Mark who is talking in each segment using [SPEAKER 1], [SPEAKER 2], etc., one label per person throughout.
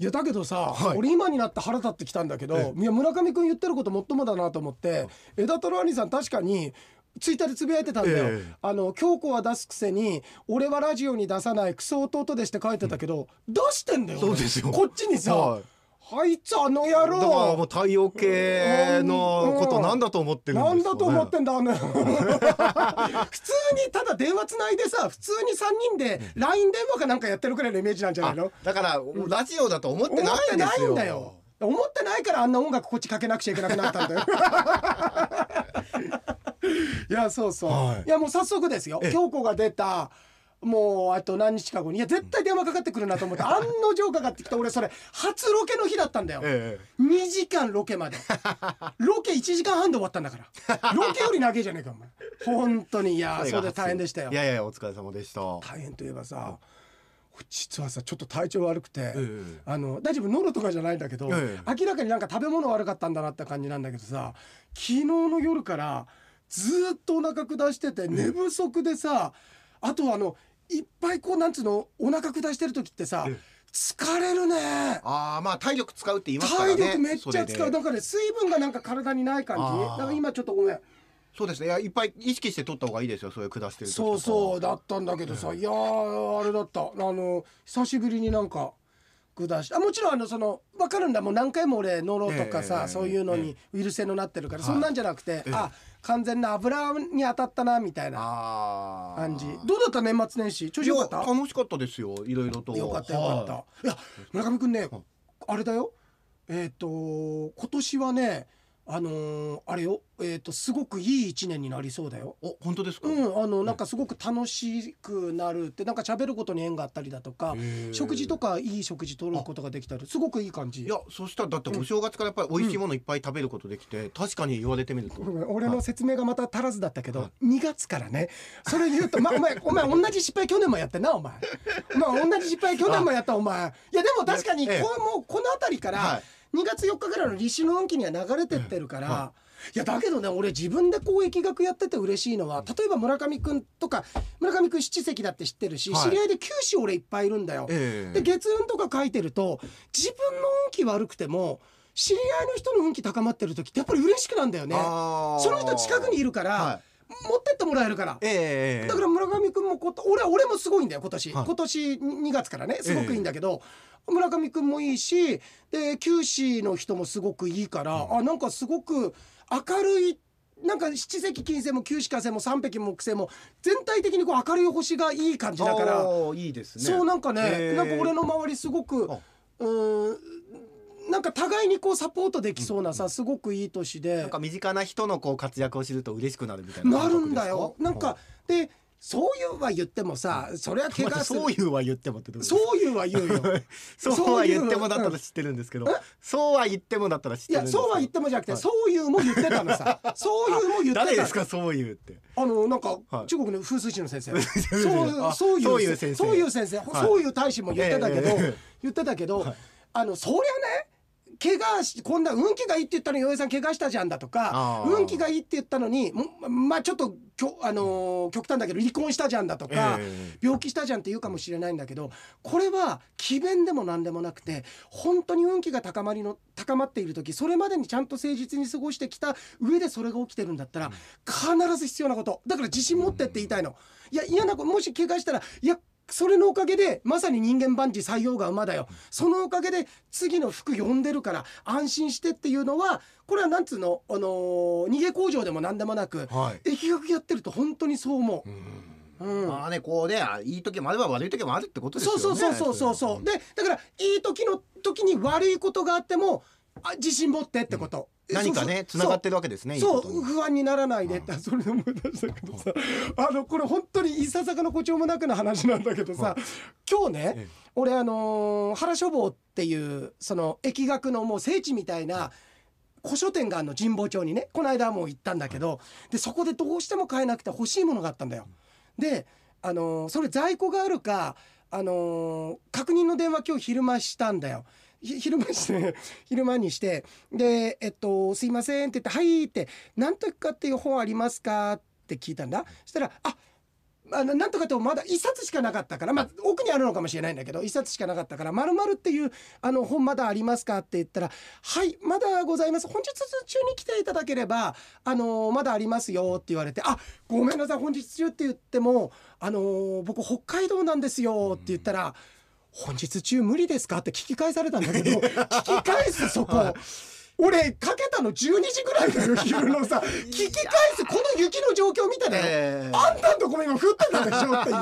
[SPEAKER 1] いやだけどさ、
[SPEAKER 2] はい
[SPEAKER 1] 俺今になって腹立ってきたんだけ
[SPEAKER 2] え
[SPEAKER 1] どいや村上君言ってることもっともだなと思って枝太郎兄さん確かにツイッターでつぶやいてたんだよ、
[SPEAKER 2] ええ
[SPEAKER 1] あの京子は出すくせに俺はラジオに出さないクソ弟でして書いてたけど、出してんだよ俺
[SPEAKER 2] そうですよ
[SPEAKER 1] こっちにさ、
[SPEAKER 2] はい
[SPEAKER 1] あいつあの野
[SPEAKER 2] だからもう
[SPEAKER 1] 郎
[SPEAKER 2] 太陽系のことなんだと思ってるんで
[SPEAKER 1] な
[SPEAKER 2] すか、
[SPEAKER 1] ん
[SPEAKER 2] ね、
[SPEAKER 1] だと思ってんだあ の普通にただ電話つないでさ普通に3人で LINE 電話かなんかやってるくらいのイメージなんじゃないの
[SPEAKER 2] あだからラジオだと思って
[SPEAKER 1] 思
[SPEAKER 2] な
[SPEAKER 1] って
[SPEAKER 2] いんで
[SPEAKER 1] な
[SPEAKER 2] す
[SPEAKER 1] い
[SPEAKER 2] よ
[SPEAKER 1] んだよ思ってないからあんな音楽こっちかけなくちゃいけなくなったんだよ いやそうそう、
[SPEAKER 2] はい
[SPEAKER 1] い、やもう早速ですよ
[SPEAKER 2] ええ
[SPEAKER 1] 京子が出たもうあと何日か後にいや絶対電話かかってくるなと思 って案の定かかってきた俺それ初ロケの日だったんだよ、
[SPEAKER 2] え
[SPEAKER 1] 2時間ロケまでロケ1時間半で終わったんだからロケより長いじゃねえかお前本当にいや
[SPEAKER 2] え
[SPEAKER 1] それで大変でしたよ
[SPEAKER 2] いやいやお疲れ様でした
[SPEAKER 1] 大変といえばさ実はさちょっと体調悪くて、
[SPEAKER 2] え
[SPEAKER 1] あの大丈夫ノロとかじゃないんだけど、
[SPEAKER 2] え
[SPEAKER 1] 明らかになんか食べ物悪かったんだなって感じなんだけどさ昨日の夜からずーっとお腹下してて寝不足でさ、あとあのいっぱいこうなんつうのお腹下してる時ってさ、
[SPEAKER 2] ええ
[SPEAKER 1] 疲れるね
[SPEAKER 2] ああまあ体力使うって言いますからね
[SPEAKER 1] 体力めっちゃ
[SPEAKER 2] そ
[SPEAKER 1] 使う
[SPEAKER 2] れで
[SPEAKER 1] だからね水分がなんか体にない感じ
[SPEAKER 2] あー
[SPEAKER 1] だから今ちょっとごめん
[SPEAKER 2] そうですねいやいっぱい意識して取った方がいいですよそういう下してる時とか
[SPEAKER 1] そうそう
[SPEAKER 2] だ
[SPEAKER 1] だったんだけどさ、いやーあれだったあの久しぶりになんか下してあもちろんあのその分かるんだもう何回も俺ノロとかさ、
[SPEAKER 2] ええ
[SPEAKER 1] そういうの
[SPEAKER 2] ええ
[SPEAKER 1] にウイルス性のなってるから、
[SPEAKER 2] はい
[SPEAKER 1] そんなんじゃなくて、
[SPEAKER 2] え
[SPEAKER 1] あ完全な油に当たったなみたいな
[SPEAKER 2] ああ
[SPEAKER 1] 感じどうだった年末年始調子よかった
[SPEAKER 2] 楽しかったですよいろいろと
[SPEAKER 1] よかったよかった、、
[SPEAKER 2] はい
[SPEAKER 1] や村上くんね、
[SPEAKER 2] はい
[SPEAKER 1] あれだよえっ、と今年はねあのーあれよえっ、とすごくいい一年になりそうだよ
[SPEAKER 2] いお本当ですか、
[SPEAKER 1] うん、あのなんかすごく楽しくなるってなんか喋ることに縁があったりだとか
[SPEAKER 2] へえ
[SPEAKER 1] 食事とかいい食事取ることができたりすごくいい感じ
[SPEAKER 2] いやそしたらだってお正月からやっぱり美味しいものいっぱい食べることできて、確かに言われてみると
[SPEAKER 1] ごめん 俺の説明がまた足らずだったけど、2月からねそれで言うと、ま、お前 お前同じ失敗去年もやってんなお前お前同じ失敗去年もやったお前いやでも確かにこ
[SPEAKER 2] ええ
[SPEAKER 1] うもうこの辺りから、
[SPEAKER 2] はい
[SPEAKER 1] 2月4日からの立春の運気には流れてってるから、い、やだけどね俺自分で公益学やってて嬉しいのは例えば村上くんとか村上くん七席だって知ってるし、
[SPEAKER 2] はい
[SPEAKER 1] 知り合いで九死俺いっぱいいるんだよ。
[SPEAKER 2] ええ
[SPEAKER 1] で月運とか書いてると自分の運気悪くても知り合いの人の運気高まってる時ってやっぱり嬉しくなんだよね。
[SPEAKER 2] あー
[SPEAKER 1] その人近くにいるから、
[SPEAKER 2] は
[SPEAKER 1] 持ってってもらえるから
[SPEAKER 2] い。ええ
[SPEAKER 1] だから村上君もこと俺は俺もすごいんだよ今年、
[SPEAKER 2] はい
[SPEAKER 1] 今年2月からねすごくいいんだけど、村上君もいいしで九死の人もすごくいいから、あなんかすごく明るいなんか七石金星も九死火星も三匹木星も全体的にこう明るい星がいい感じだから。
[SPEAKER 2] おーいいですね
[SPEAKER 1] そうなんかね、
[SPEAKER 2] えー
[SPEAKER 1] なんか俺の周りすごく
[SPEAKER 2] あ
[SPEAKER 1] うーんなんか互いにこうサポートできそうなさ、すごくいい年で
[SPEAKER 2] なんか身近な人のこう活躍を知ると嬉しくなるみたいな
[SPEAKER 1] な
[SPEAKER 2] 感
[SPEAKER 1] る
[SPEAKER 2] 覚です
[SPEAKER 1] ん
[SPEAKER 2] か
[SPEAKER 1] だよ。なんか、でそういうは言ってもさそれは怪
[SPEAKER 2] また
[SPEAKER 1] 我する
[SPEAKER 2] そういうは言ってもってどうですか
[SPEAKER 1] そういうは言うよ。
[SPEAKER 2] そうは言ってもだったら知ってるんですけどそうは言ってもだったら知っ
[SPEAKER 1] い
[SPEAKER 2] てるん
[SPEAKER 1] や
[SPEAKER 2] ですけど
[SPEAKER 1] そうは言ってもじゃなくて、
[SPEAKER 2] はい
[SPEAKER 1] そういうも言ってたの さそういうも言ってたの
[SPEAKER 2] 誰ですかそういうって
[SPEAKER 1] あのなんか、
[SPEAKER 2] はい
[SPEAKER 1] 中国の風水師の先生
[SPEAKER 2] 水師
[SPEAKER 1] そう
[SPEAKER 2] あ
[SPEAKER 1] そう
[SPEAKER 2] そう
[SPEAKER 1] い
[SPEAKER 2] いうう先生
[SPEAKER 1] そういう先生、
[SPEAKER 2] はい
[SPEAKER 1] そういう大使も言ってたけど、
[SPEAKER 2] ええええ
[SPEAKER 1] 言ってたけど、あのそりゃね怪我しこんな運気がいいって言ったのに洋江さん怪我したじゃんだとか
[SPEAKER 2] あー
[SPEAKER 1] 運気がいいって言ったのにもまあちょっときょ、あのー極端だけど離婚したじゃんだとか、
[SPEAKER 2] ええ
[SPEAKER 1] 病気したじゃんって言うかもしれないんだけどこれは詭弁でも何でもなくて本当に運気が高まりの高まっている時それまでにちゃんと誠実に過ごしてきた上でそれが起きてるんだったら必ず必要なことだから自信持ってって言いたいの。いや嫌なこともし怪我したらいやそれのおかげでまさに人間万事採用が馬だよそのおかげで次の服呼んでるから安心してっていうのはこれはなんつうの、あのー逃げ工場でも何でもなく
[SPEAKER 2] はい
[SPEAKER 1] 疫学やってると本当にそう思う。うん
[SPEAKER 2] まあねこうねあいい時もあれば悪い時もあるってことですよね
[SPEAKER 1] そうそうそうそうそうそうでだからいい時の時に悪いことがあってもあ自信持ってってこと、
[SPEAKER 2] 何かね繋がって
[SPEAKER 1] る
[SPEAKER 2] るわけですねいい
[SPEAKER 1] そ
[SPEAKER 2] こ
[SPEAKER 1] う
[SPEAKER 2] と
[SPEAKER 1] そう
[SPEAKER 2] に
[SPEAKER 1] 不安にならないでってそれで思い出したけどさあのこれ本当にいささかの誇張もなくの話なんだけどさ今日ね、
[SPEAKER 2] ええ
[SPEAKER 1] 俺あのー原書房っていうその疫学のもう聖地みたいな古書店があるの神保町にねこの間もう行ったんだけどでそこでどうしても買えなくて欲しいものがあったんだよ。で、あのーそれ在庫があるか、あのー確認の電話今日昼間したんだよ。ひ昼間して、昼間にして、で、えっと、すいませんって言って、はいって、何とかっていう本ありますかって聞いたんだ。そしたら、ああななんとかってもまだ一冊しかなかったから、まあ、奥にあるのかもしれないんだけど一冊しかなかったから「まるっていうあの本まだありますか?」って言ったら「はいまだございます本日中に来ていただければあのまだありますよ」って言われて「あごめんなさい本日中」って言っても「あの僕北海道なんですよ」って言ったら「本日中無理ですか?」って聞き返されたんだけど聞き返すそこ。俺かけたの12時ぐらいだよ昼のさ聞き返すこの雪の状況見ただよ、
[SPEAKER 2] え
[SPEAKER 1] あんたんとこも今降ってたでしょってい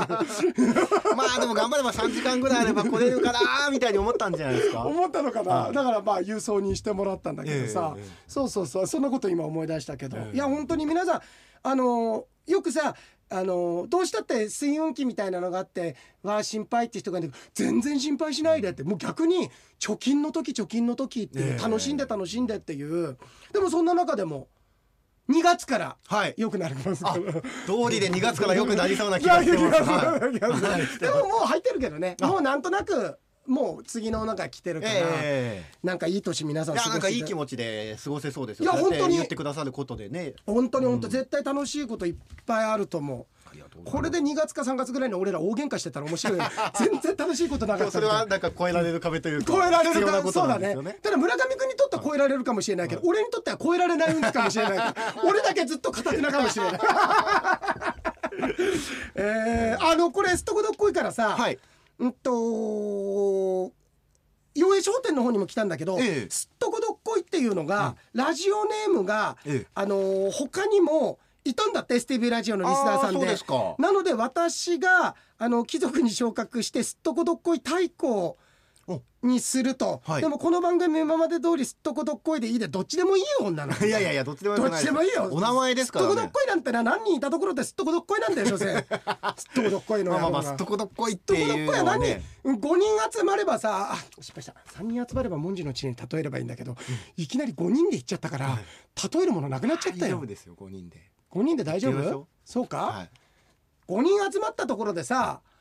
[SPEAKER 1] う
[SPEAKER 2] ーまあでも頑張れば3時間ぐらいあれば来れるかなみたいに思ったんじゃないですか。
[SPEAKER 1] 思ったのかな、
[SPEAKER 2] はい
[SPEAKER 1] だからまあ郵送にしてもらったんだけどさ、
[SPEAKER 2] ええええ
[SPEAKER 1] そうそうそうそんなこと今思い出したけど、
[SPEAKER 2] ええ
[SPEAKER 1] いや本当に皆さんあのーよくさあのーどうしたって水運機みたいなのがあってわあ心配って人がいるんだけど全然心配しないでってもう逆に貯金の時貯金の時っていう、
[SPEAKER 2] ええ
[SPEAKER 1] 楽しんで楽しんでっていうでもそんな中でも2月から
[SPEAKER 2] はい。
[SPEAKER 1] 良くなりますから
[SPEAKER 2] あ。通りで2月から良くなりそうな気がしてます。はい
[SPEAKER 1] いやいやいやいやでももう入ってるけどねもうなんとなくもう次のなんか来てるから、
[SPEAKER 2] え
[SPEAKER 1] なんかいい年皆さ
[SPEAKER 2] え
[SPEAKER 1] ん
[SPEAKER 2] いや
[SPEAKER 1] 過ご
[SPEAKER 2] なんかいい
[SPEAKER 1] して
[SPEAKER 2] 気持ちで過ごせそうですよ。
[SPEAKER 1] いや
[SPEAKER 2] そうって
[SPEAKER 1] 本当に
[SPEAKER 2] 言ってくださることでね。
[SPEAKER 1] 本当に本当、絶対楽しいこといっぱいあると思う
[SPEAKER 2] ありがとうございます
[SPEAKER 1] これで2月か3月ぐらいに俺ら大喧嘩してたら面白 いよね全然楽しいことなか
[SPEAKER 2] で
[SPEAKER 1] っ
[SPEAKER 2] も
[SPEAKER 1] た
[SPEAKER 2] そ
[SPEAKER 1] みた
[SPEAKER 2] れ
[SPEAKER 1] いな
[SPEAKER 2] はなんか超えられる壁というか
[SPEAKER 1] 超えられ
[SPEAKER 2] 必
[SPEAKER 1] る
[SPEAKER 2] 要な
[SPEAKER 1] か
[SPEAKER 2] こ
[SPEAKER 1] そ
[SPEAKER 2] と
[SPEAKER 1] う
[SPEAKER 2] な
[SPEAKER 1] だ
[SPEAKER 2] んですよ
[SPEAKER 1] ね
[SPEAKER 2] ね。
[SPEAKER 1] ただ村上君にとっては超えられるかもしれないけど、俺にとっては超えられない運気かもしれないから 俺だけずっと片手なかもしれないえー、あのこれすっとこどっこいからさ、
[SPEAKER 2] はい。
[SPEAKER 1] うんと洋栄商店の方にも来たんだけど、
[SPEAKER 2] ええ
[SPEAKER 1] すっとこどっこいっていうのが、ラジオネームが、
[SPEAKER 2] ええ
[SPEAKER 1] あのー他にもいたんだって STV ラジオのリスナーさん
[SPEAKER 2] あー
[SPEAKER 1] で
[SPEAKER 2] そうですか
[SPEAKER 1] なので私があの貴族に昇格してすっとこどっこい太鼓
[SPEAKER 2] お
[SPEAKER 1] にすると、
[SPEAKER 2] はい
[SPEAKER 1] でもこの番組今まで通りすっとこどっこいでいいでどっちでもいいよ女の子
[SPEAKER 2] いやいやいやどっちでもよ
[SPEAKER 1] ど
[SPEAKER 2] く
[SPEAKER 1] っ
[SPEAKER 2] ない
[SPEAKER 1] ちでもいいよ
[SPEAKER 2] お名前ですか
[SPEAKER 1] すっ
[SPEAKER 2] ら
[SPEAKER 1] とこど
[SPEAKER 2] ね
[SPEAKER 1] っこいなんてな何人いたところですっとこどっこいなんだよ所詮すっ とこどっこいの
[SPEAKER 2] まあまあまあ
[SPEAKER 1] 野郎
[SPEAKER 2] すっ
[SPEAKER 1] が
[SPEAKER 2] とこどっこいっ
[SPEAKER 1] と
[SPEAKER 2] て
[SPEAKER 1] ころっ
[SPEAKER 2] いう
[SPEAKER 1] こいは
[SPEAKER 2] のは
[SPEAKER 1] 何、
[SPEAKER 2] ね
[SPEAKER 1] 5人集まればさあ失敗した3人集まれば文字の知恵に例えればいいんだけど、いきなり5人で行っちゃったから、例えるものなくなっちゃった
[SPEAKER 2] 大丈
[SPEAKER 1] よ
[SPEAKER 2] 夫ですよ5人で
[SPEAKER 1] 5人で大丈
[SPEAKER 2] 行きましょ
[SPEAKER 1] 夫
[SPEAKER 2] う
[SPEAKER 1] そうか、
[SPEAKER 2] はい
[SPEAKER 1] 5人集まったところでさ「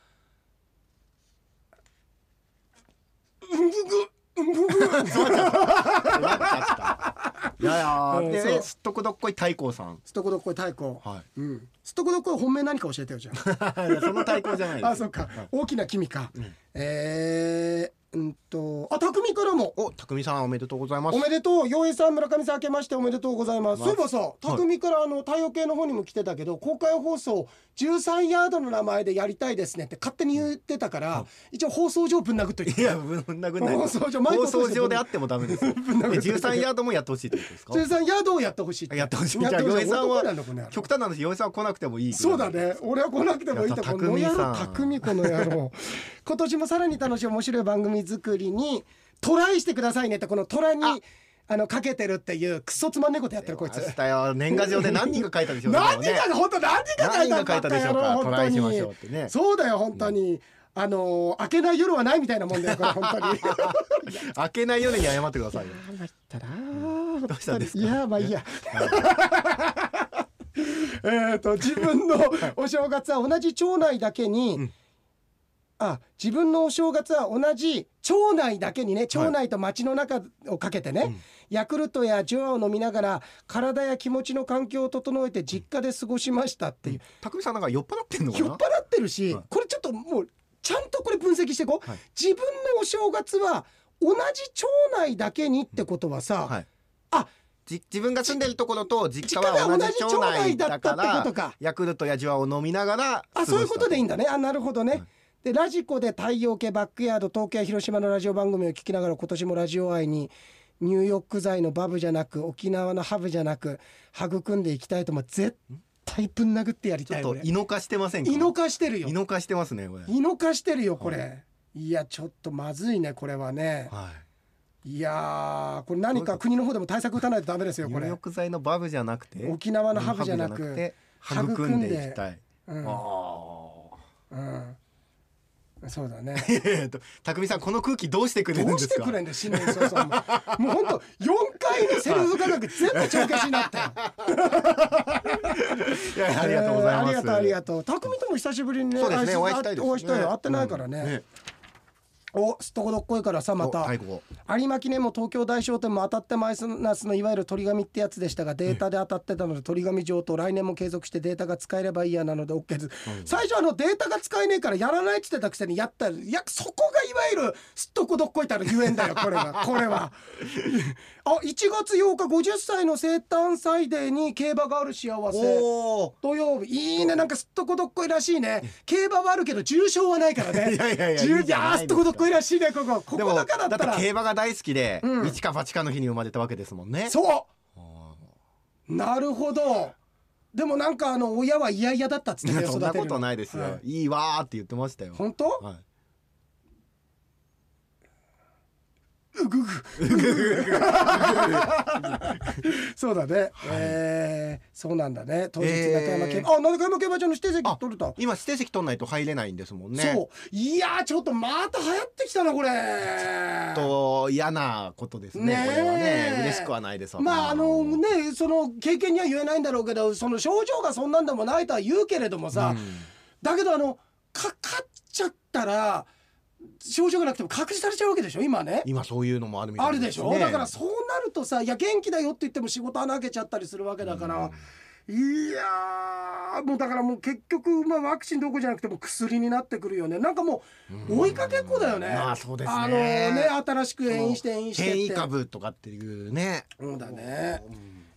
[SPEAKER 1] うんぐぐうんぐ ぐ」
[SPEAKER 2] なんかあ ったいやいや
[SPEAKER 1] うん
[SPEAKER 2] ー
[SPEAKER 1] そう
[SPEAKER 2] でねすっとこどっこい太鼓さん
[SPEAKER 1] すっとこどっこい太鼓
[SPEAKER 2] は
[SPEAKER 1] うんすっとこどっこい本命何か教えてよじゃあ
[SPEAKER 2] いいやその太鼓じゃないです
[SPEAKER 1] あそっか大きな君か、えー、うんとあ匠からも
[SPEAKER 2] お匠さんおめでとうございます
[SPEAKER 1] おめでとう洋平さん村上さん明けましておめでとうございます、
[SPEAKER 2] まあ
[SPEAKER 1] そういえばさ
[SPEAKER 2] い
[SPEAKER 1] 匠からあの太陽系の方にも来てたけど公開放送13ヤードの名前でやりたいですねって勝手に言ってたから、一応放送上ぶん殴っとい
[SPEAKER 2] い
[SPEAKER 1] て
[SPEAKER 2] や ぶん殴んない
[SPEAKER 1] 放
[SPEAKER 2] で
[SPEAKER 1] 送上
[SPEAKER 2] 放送上であ
[SPEAKER 1] っ
[SPEAKER 2] ってもダメですよえ13ヤードもやってほしいってことですか
[SPEAKER 1] 13ヤードをやってほしい
[SPEAKER 2] やってほしいじ
[SPEAKER 1] や
[SPEAKER 2] ゃ
[SPEAKER 1] っ
[SPEAKER 2] あ
[SPEAKER 1] てほ
[SPEAKER 2] 洋
[SPEAKER 1] しい
[SPEAKER 2] 平さん
[SPEAKER 1] 俺得意なんだこの野
[SPEAKER 2] は
[SPEAKER 1] 郎
[SPEAKER 2] 極端な話洋平さんは来なくてもいい
[SPEAKER 1] そうだね俺は来なくてもいいと
[SPEAKER 2] いや
[SPEAKER 1] この野
[SPEAKER 2] 匠さ
[SPEAKER 1] 郎
[SPEAKER 2] ん
[SPEAKER 1] 匠この野郎 今年もさらに楽しい面白い番組作りにトライしてくださいねってこのトラにあのかけてるっていうクソつまんねえことやってるこいつ
[SPEAKER 2] 明日よ年賀状で何人か書いたでしょう ね
[SPEAKER 1] 何人かが本当何人か書いたんだ
[SPEAKER 2] 何人か書いたでしょうか
[SPEAKER 1] バカ野郎
[SPEAKER 2] トライしましょう
[SPEAKER 1] 本当に
[SPEAKER 2] ってね
[SPEAKER 1] そうだよ本当に、あのー明けない夜はないみたいなもんだ よこれ本当に
[SPEAKER 2] 開けないように謝ってくださいよ
[SPEAKER 1] 参ったな
[SPEAKER 2] どうしたんですか
[SPEAKER 1] いやまあいいやえーと自分 のお正月は同じ町内だけに、
[SPEAKER 2] うん
[SPEAKER 1] あ自分のお正月は同じ町内だけにね町内と町の中をかけてね、ヤクルトやジョアを飲みながら体や気持ちの環境を整えて実家で過ごしましたっていう
[SPEAKER 2] 匠さんなんか酔っ払ってんのか
[SPEAKER 1] 酔っ払
[SPEAKER 2] な
[SPEAKER 1] ってるし、
[SPEAKER 2] はい
[SPEAKER 1] これちょっともうちゃんとこれ分析していこう、
[SPEAKER 2] はい
[SPEAKER 1] 自分のお正月は同じ町内だけにってことはさ、
[SPEAKER 2] はい
[SPEAKER 1] あ
[SPEAKER 2] じ自分が住んでるところと実
[SPEAKER 1] 実
[SPEAKER 2] 家
[SPEAKER 1] 家
[SPEAKER 2] は
[SPEAKER 1] が
[SPEAKER 2] 同
[SPEAKER 1] 同
[SPEAKER 2] じ
[SPEAKER 1] じ
[SPEAKER 2] 町
[SPEAKER 1] 町
[SPEAKER 2] 内
[SPEAKER 1] 内だ
[SPEAKER 2] だ
[SPEAKER 1] っ
[SPEAKER 2] か
[SPEAKER 1] たってこと
[SPEAKER 2] ら
[SPEAKER 1] か
[SPEAKER 2] ヤクルトやジュワを飲みながら
[SPEAKER 1] あそういうことでいいん
[SPEAKER 2] だ
[SPEAKER 1] だねあなるほどね、でラジコで太陽系バックヤード東京や広島のラジオ番組を聞きながら今年もラジオ愛に入浴剤のバブじゃなく沖縄のハブじゃなく育んでいきたいとも絶対ぶん殴ってやり
[SPEAKER 2] ちょ
[SPEAKER 1] た
[SPEAKER 2] っ
[SPEAKER 1] い
[SPEAKER 2] と
[SPEAKER 1] 俺
[SPEAKER 2] 胃の化してませんか
[SPEAKER 1] 胃の化してるよ
[SPEAKER 2] 胃の化してますねこれ
[SPEAKER 1] 胃の化してるよこれ、、
[SPEAKER 2] はい
[SPEAKER 1] やちょっとまずいねこれはね
[SPEAKER 2] はい
[SPEAKER 1] いやーこれ何か国の方でも対策打たないとダメですよこ
[SPEAKER 2] 入
[SPEAKER 1] れ
[SPEAKER 2] 浴剤のバブじゃなくて
[SPEAKER 1] 沖縄のハブじゃなく
[SPEAKER 2] ハブじゃなくて育んでいきたい
[SPEAKER 1] うん
[SPEAKER 2] あ
[SPEAKER 1] う
[SPEAKER 2] あ
[SPEAKER 1] んそうだ ね
[SPEAKER 2] いやいやと匠さんこの空気どうしてくれるん
[SPEAKER 1] ど
[SPEAKER 2] で
[SPEAKER 1] うし
[SPEAKER 2] す
[SPEAKER 1] て
[SPEAKER 2] か
[SPEAKER 1] くれんだよ新年早々もうほんと4回のセルフ価格全部帳消しにな ったよ
[SPEAKER 2] いやいやありがとうございま
[SPEAKER 1] えーあり
[SPEAKER 2] す、
[SPEAKER 1] がとうありがとう匠とも久しぶりにね
[SPEAKER 2] そうですね
[SPEAKER 1] 挨拶
[SPEAKER 2] お会いしたいですね
[SPEAKER 1] お会いしたいよ会ってないからね、
[SPEAKER 2] うんね
[SPEAKER 1] おすっとこどっこいからさまた
[SPEAKER 2] お太鼓
[SPEAKER 1] 有馬記念も東京大商店も当たってマイナスのいわゆる鳥紙ってやつでしたがデータで当たってたので鳥紙上等来年も継続してデータが使えればいいやなので OK です、最初あのデータが使えねえからやらないって言ってたくせにやったらいやそこがいわゆるすっとこどっこいたるゆえんだよこれ はこれはあ1月8日50歳の生誕祭デーに競馬がある幸せ
[SPEAKER 2] おお
[SPEAKER 1] 土曜日いいねなんかすっとこどっこいらしいね競馬はあるけど重賞はないからね
[SPEAKER 2] いやいやいや
[SPEAKER 1] 重
[SPEAKER 2] いいじ
[SPEAKER 1] あ
[SPEAKER 2] ゃない
[SPEAKER 1] ーすっとこどっこいらしいねこここ
[SPEAKER 2] で
[SPEAKER 1] こ
[SPEAKER 2] も
[SPEAKER 1] だけだった
[SPEAKER 2] だっ
[SPEAKER 1] ら
[SPEAKER 2] て競馬が大好きで、
[SPEAKER 1] うん
[SPEAKER 2] 一か八かの日に生まれたわけですもんね
[SPEAKER 1] そうなるほどでもなんかあの親は嫌々だったっつってたよ
[SPEAKER 2] そんなことないですよ、、
[SPEAKER 1] はい
[SPEAKER 2] いわーって言ってましたよ
[SPEAKER 1] 本当
[SPEAKER 2] はい
[SPEAKER 1] そうだね、えーそうなんだね当日中山競馬、あ中山競馬場の指定席取れた
[SPEAKER 2] 今指定席取んないと入れないんですもんね
[SPEAKER 1] そういやーちょっとまた流行ってきたなこれ
[SPEAKER 2] ちょっと嫌なことですね
[SPEAKER 1] ねえ
[SPEAKER 2] これはね嬉しくはないですわ
[SPEAKER 1] まああのねその経験には言えないんだろうけどその症状がそんなんでもないとは言うけれどもさ、
[SPEAKER 2] うん
[SPEAKER 1] だけどあのかかっちゃったら症状がなくても隔離されちゃうわけでしょ今ね
[SPEAKER 2] 今そういうのもあるみたい
[SPEAKER 1] あるでしょ、
[SPEAKER 2] ね
[SPEAKER 1] だからそうなるとさ「いや元気だよ」って言っても仕事穴開けちゃったりするわけだから、いやーもうだからもう結局、まあ、ワクチンどこじゃなくても薬になってくるよねなんかもう追いかけっこだよね、
[SPEAKER 2] うんまあそうですね
[SPEAKER 1] あのね新しく変異して変異してって
[SPEAKER 2] 変異株とかっていうね
[SPEAKER 1] そうだね、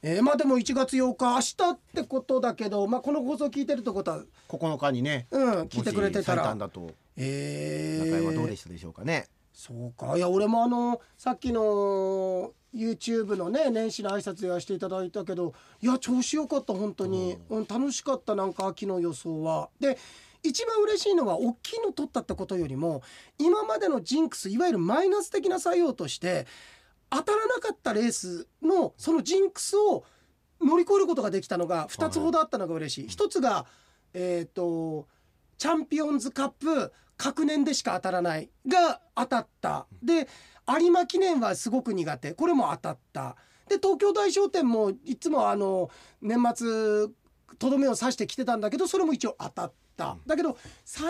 [SPEAKER 1] えーまあでも1月8日明日ってことだけど、まあ、この放送聞いてるってことは
[SPEAKER 2] 9日にね
[SPEAKER 1] うん聞いてくれてた
[SPEAKER 2] もし最
[SPEAKER 1] ら
[SPEAKER 2] 短だと
[SPEAKER 1] えー
[SPEAKER 2] 中山どうでしたでしょうかね、
[SPEAKER 1] そうかいや俺もあのさっきの YouTube のね年始の挨拶やらせていただいたけどいや調子良かった本当に、うん、楽しかったなんか秋の予想は。で一番嬉しいのは大きいの取ったってことよりも今までのジンクスいわゆるマイナス的な作用として当たらなかったレースのそのジンクスを乗り越えることができたのが2つほどあったのが嬉しい。一つが、えー、とチャンピオンズカップ隔年でしか当たらないが当たったで有馬記念はすごく苦手これも当たったで東京大賞典もいつもあの年末とどめを刺してきてたんだけどそれも一応当たっただけど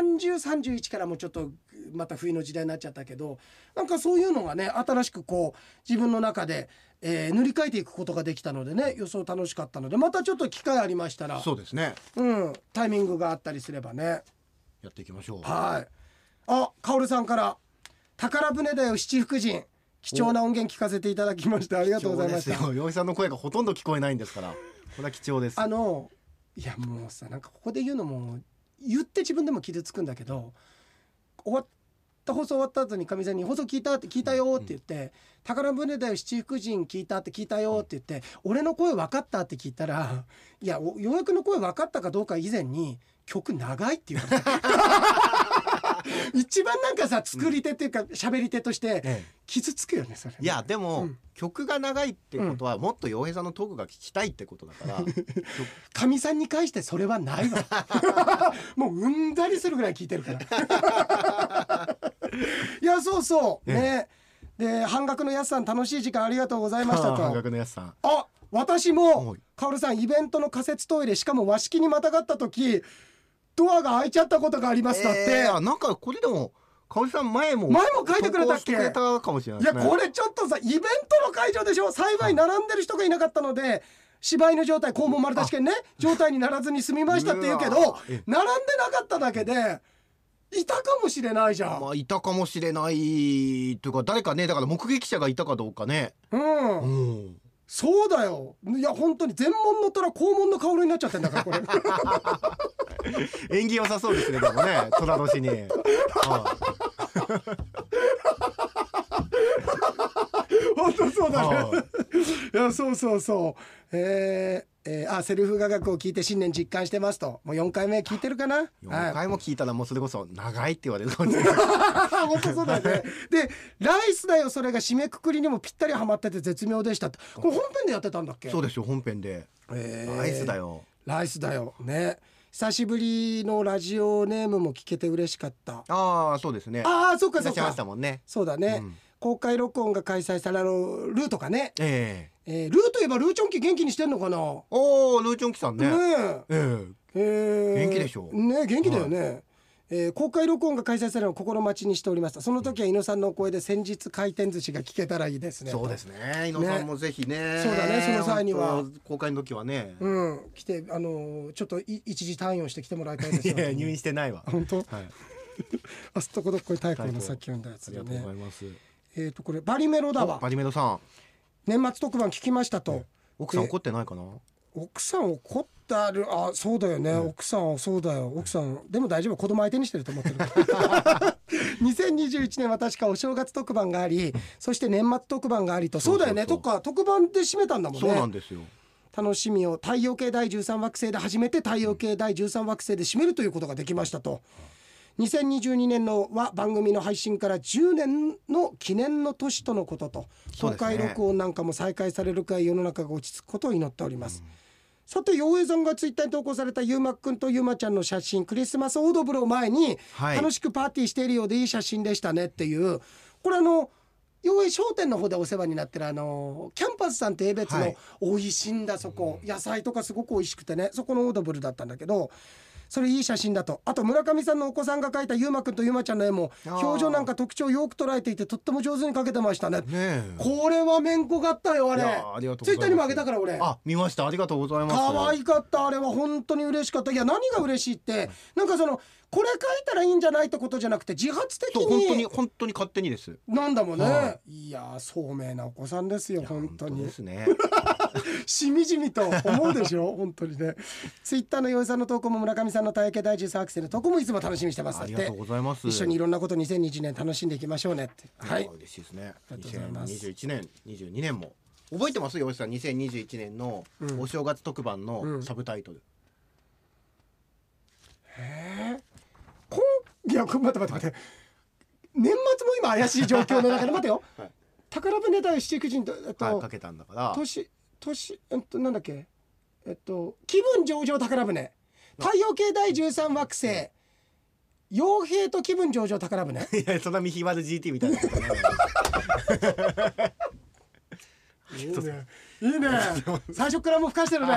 [SPEAKER 1] 3031からもちょっとまた冬の時代になっちゃったけどなんかそういうのがね新しくこう自分の中で、えー塗り替えていくことができたのでね予想楽しかったのでまたちょっと機会ありましたら
[SPEAKER 2] そうですね
[SPEAKER 1] うん、タイミングがあったりすればね。
[SPEAKER 2] やっていきましょう
[SPEAKER 1] はい。あ、カオルさんから宝船だよ七福神貴重な音源聞かせていただきましたありがとうございまし
[SPEAKER 2] 貴重です
[SPEAKER 1] た。
[SPEAKER 2] よ洋一さんの声がほとんど聞こえないんですからこれは貴重です
[SPEAKER 1] あのいやもうさなんかここで言うのも言って自分でも傷つくんだけど終わった放送終わった後にかみさんに「放送聞いた?」って「聞いたよ」って言って「宝船だよ七福神聞いた?」って「聞いたよ」って言って「俺の声分かった?」って聞いたら「いやおようやくの声分かったかどうか以前に曲長い」って言われた一番なんかさ作り手っていうか喋り手として
[SPEAKER 2] ええ
[SPEAKER 1] 傷つくよねそれね
[SPEAKER 2] いやでも、
[SPEAKER 1] うん
[SPEAKER 2] 曲が長いってことは、もっと洋平さんのトークが聞きたいってことだから
[SPEAKER 1] かみさんに関してそれはない わもううんざりするぐらい聞いてるから いやそうそうねで半額のやすさん楽しい時間ありがとうございま した
[SPEAKER 2] 半
[SPEAKER 1] と
[SPEAKER 2] 額のやつさん
[SPEAKER 1] あ私も
[SPEAKER 2] はい
[SPEAKER 1] カオルさんイベントの仮設トイレしかも和式にまたがった時ドアが開いちゃったことがありますだって、
[SPEAKER 2] えーあなんかこれでも香織さん前も
[SPEAKER 1] 前も書いてくれたっけ
[SPEAKER 2] 投稿してくれたかもしれない
[SPEAKER 1] い
[SPEAKER 2] で
[SPEAKER 1] や
[SPEAKER 2] すね
[SPEAKER 1] これちょっとさイベントの会場でしょ幸い並んでる人がいなかったので芝居の状態肛門丸出し券ね状態にならずに済みましたって言うけど
[SPEAKER 2] う
[SPEAKER 1] 並ん
[SPEAKER 2] わえ
[SPEAKER 1] でなかっただけでいたかもしれないじゃん。
[SPEAKER 2] まあいたかもしれないというか誰かねだから目撃者がいたかどうかね
[SPEAKER 1] うん
[SPEAKER 2] うん
[SPEAKER 1] そうだよいや本当に全門の虎肛門の香りになっちゃってんだからこ れ
[SPEAKER 2] 縁起良さそうですねでもね虎年 に、は
[SPEAKER 1] 本当そう
[SPEAKER 2] い
[SPEAKER 1] だね
[SPEAKER 2] はい
[SPEAKER 1] やそうそうそうえーえーあセルフ画学を聞いて新年実感してますともう4回目聞いてるかないはい
[SPEAKER 2] 4回も聞いたらもうそれこそ長いって言われるかもしれない
[SPEAKER 1] あ本当そうだよね。で、ライスだよ、それが締めくくりにもぴったりはまってて絶妙でしたって。これ本編でやってたんだっけ。
[SPEAKER 2] そう
[SPEAKER 1] う
[SPEAKER 2] ですよ本編でアイスだ。よ
[SPEAKER 1] ライスだよ、ね。久しぶりのラジオネームも聞けて嬉しかった。
[SPEAKER 2] ああそうですね
[SPEAKER 1] ああ、そっか、
[SPEAKER 2] い
[SPEAKER 1] そ
[SPEAKER 2] らっ
[SPEAKER 1] っ
[SPEAKER 2] しゃいました
[SPEAKER 1] か。
[SPEAKER 2] もんね
[SPEAKER 1] そうだね、
[SPEAKER 2] うん
[SPEAKER 1] 公開録音が開催されるルーとかね。
[SPEAKER 2] ええ
[SPEAKER 1] えー、ルーといえばルーチョンキ元気にしてんのかな。
[SPEAKER 2] おおルーチョンキさんね
[SPEAKER 1] ねえ。
[SPEAKER 2] ええ
[SPEAKER 1] えー
[SPEAKER 2] 元気でしょ
[SPEAKER 1] ね元気だよね、えー公開録音が開催されるのを心待ちにしておりましたその時は井野さんのお声で先日回転寿司が聞けたらいいですね
[SPEAKER 2] そうですすね。井野さんもぜひね。
[SPEAKER 1] そうだねその際には
[SPEAKER 2] 本当。公開の時はね。
[SPEAKER 1] うん来てあのーちょっとい一時退院をしてきてもらいたいです
[SPEAKER 2] い
[SPEAKER 1] よ
[SPEAKER 2] や 入院してないわ。
[SPEAKER 1] 本当
[SPEAKER 2] はい。
[SPEAKER 1] あすっとこどっこい太鼓
[SPEAKER 2] 太
[SPEAKER 1] の
[SPEAKER 2] 鼓
[SPEAKER 1] さっき読んだや
[SPEAKER 2] あ
[SPEAKER 1] つ
[SPEAKER 2] り
[SPEAKER 1] だ
[SPEAKER 2] が
[SPEAKER 1] よ
[SPEAKER 2] と
[SPEAKER 1] ね
[SPEAKER 2] うございます。
[SPEAKER 1] えっ、とこれバリメロだわ
[SPEAKER 2] バリメドさん、
[SPEAKER 1] 年末特番聞きましたと、
[SPEAKER 2] 奥さん
[SPEAKER 1] え
[SPEAKER 2] 怒ってないかな。
[SPEAKER 1] 奥さん怒ったるあそうだよね、奥さんそうだよ奥さんでも大丈夫子供相手にしてると思 ってる2021年は確かお正月特番がありそして年末特番がありとそうだよね
[SPEAKER 2] そう
[SPEAKER 1] と
[SPEAKER 2] そうそ
[SPEAKER 1] か特番で締めたんだもん
[SPEAKER 2] そうなん
[SPEAKER 1] ね
[SPEAKER 2] ですよ。
[SPEAKER 1] 楽しみを太陽系第13惑星で初めて太陽系第13惑星で締めるということができましたと2022年のは番組の配信から10年の記念の年とのことと
[SPEAKER 2] そ
[SPEAKER 1] 公
[SPEAKER 2] うですね
[SPEAKER 1] 開録音なんかも再開されるくらい世の中が落ち着くことを祈っております、さて陽平さんがツイッターに投稿されたゆうまくんとゆうまちゃんの写真クリスマスオードブルを前に、
[SPEAKER 2] はい
[SPEAKER 1] 楽しくパーティーしているようでいい写真でしたねっていうこれあの陽平商店の方でお世話になってるあのキャンパスさんって江別
[SPEAKER 2] は
[SPEAKER 1] の
[SPEAKER 2] い
[SPEAKER 1] 美味しいんだそこ野菜とかすごく美味しくてねそこのオードブルだったんだけどそれいい写真だとあと村上さんのお子さんが描いたゆうまくんとゆうまちゃんの絵も
[SPEAKER 2] あー
[SPEAKER 1] 表情なんか特徴をよく捉えていてとっても上手に描けてましたね
[SPEAKER 2] ねえ。
[SPEAKER 1] これはめんこかったよあ
[SPEAKER 2] い
[SPEAKER 1] れ
[SPEAKER 2] やありがとうございます
[SPEAKER 1] ツイッターにもあげたから俺
[SPEAKER 2] あ見ましたありがとうございます。
[SPEAKER 1] 可愛
[SPEAKER 2] い。
[SPEAKER 1] かったあれは本当に嬉しかったいや何が嬉しいってなんかそのこれ書いたらいいんじゃないってことじゃなくて自発的
[SPEAKER 2] そう本当に
[SPEAKER 1] に
[SPEAKER 2] 本当に勝手にです。
[SPEAKER 1] なんだもんね、、
[SPEAKER 2] はい
[SPEAKER 1] やー聡明なお子さんですよ本当に
[SPEAKER 2] ですね。
[SPEAKER 1] しみじみと思うでしょ 本当にねツイッターの洋井さんの投稿も村上さんの体型第13アクセルの投稿もいつも楽しみにしてますだ
[SPEAKER 2] あ
[SPEAKER 1] っ
[SPEAKER 2] りが
[SPEAKER 1] て
[SPEAKER 2] とうございます。
[SPEAKER 1] 一緒にいろんなこと2020年楽しんでいきましょうねっては
[SPEAKER 2] はいい。嬉しいですね。
[SPEAKER 1] ありがとうございます
[SPEAKER 2] 2021年22年も覚えてますよ吉さん2021年の
[SPEAKER 1] うん
[SPEAKER 2] お正月特番
[SPEAKER 1] う
[SPEAKER 2] の
[SPEAKER 1] ん
[SPEAKER 2] サブタイトル。
[SPEAKER 1] こんいやこん待って待って待って年末も今怪しい状況の中で待てよ、
[SPEAKER 2] はい
[SPEAKER 1] 宝船大七福神とえっと、
[SPEAKER 2] はいかけたんだから。
[SPEAKER 1] 年年えっとなんだっけえっと気分上々宝船太陽系第13惑星傭兵と気分上々宝 船
[SPEAKER 2] いやそんなミヒワル GT みたいなことね。
[SPEAKER 1] いいねいい ね最初からもうふかしてるね え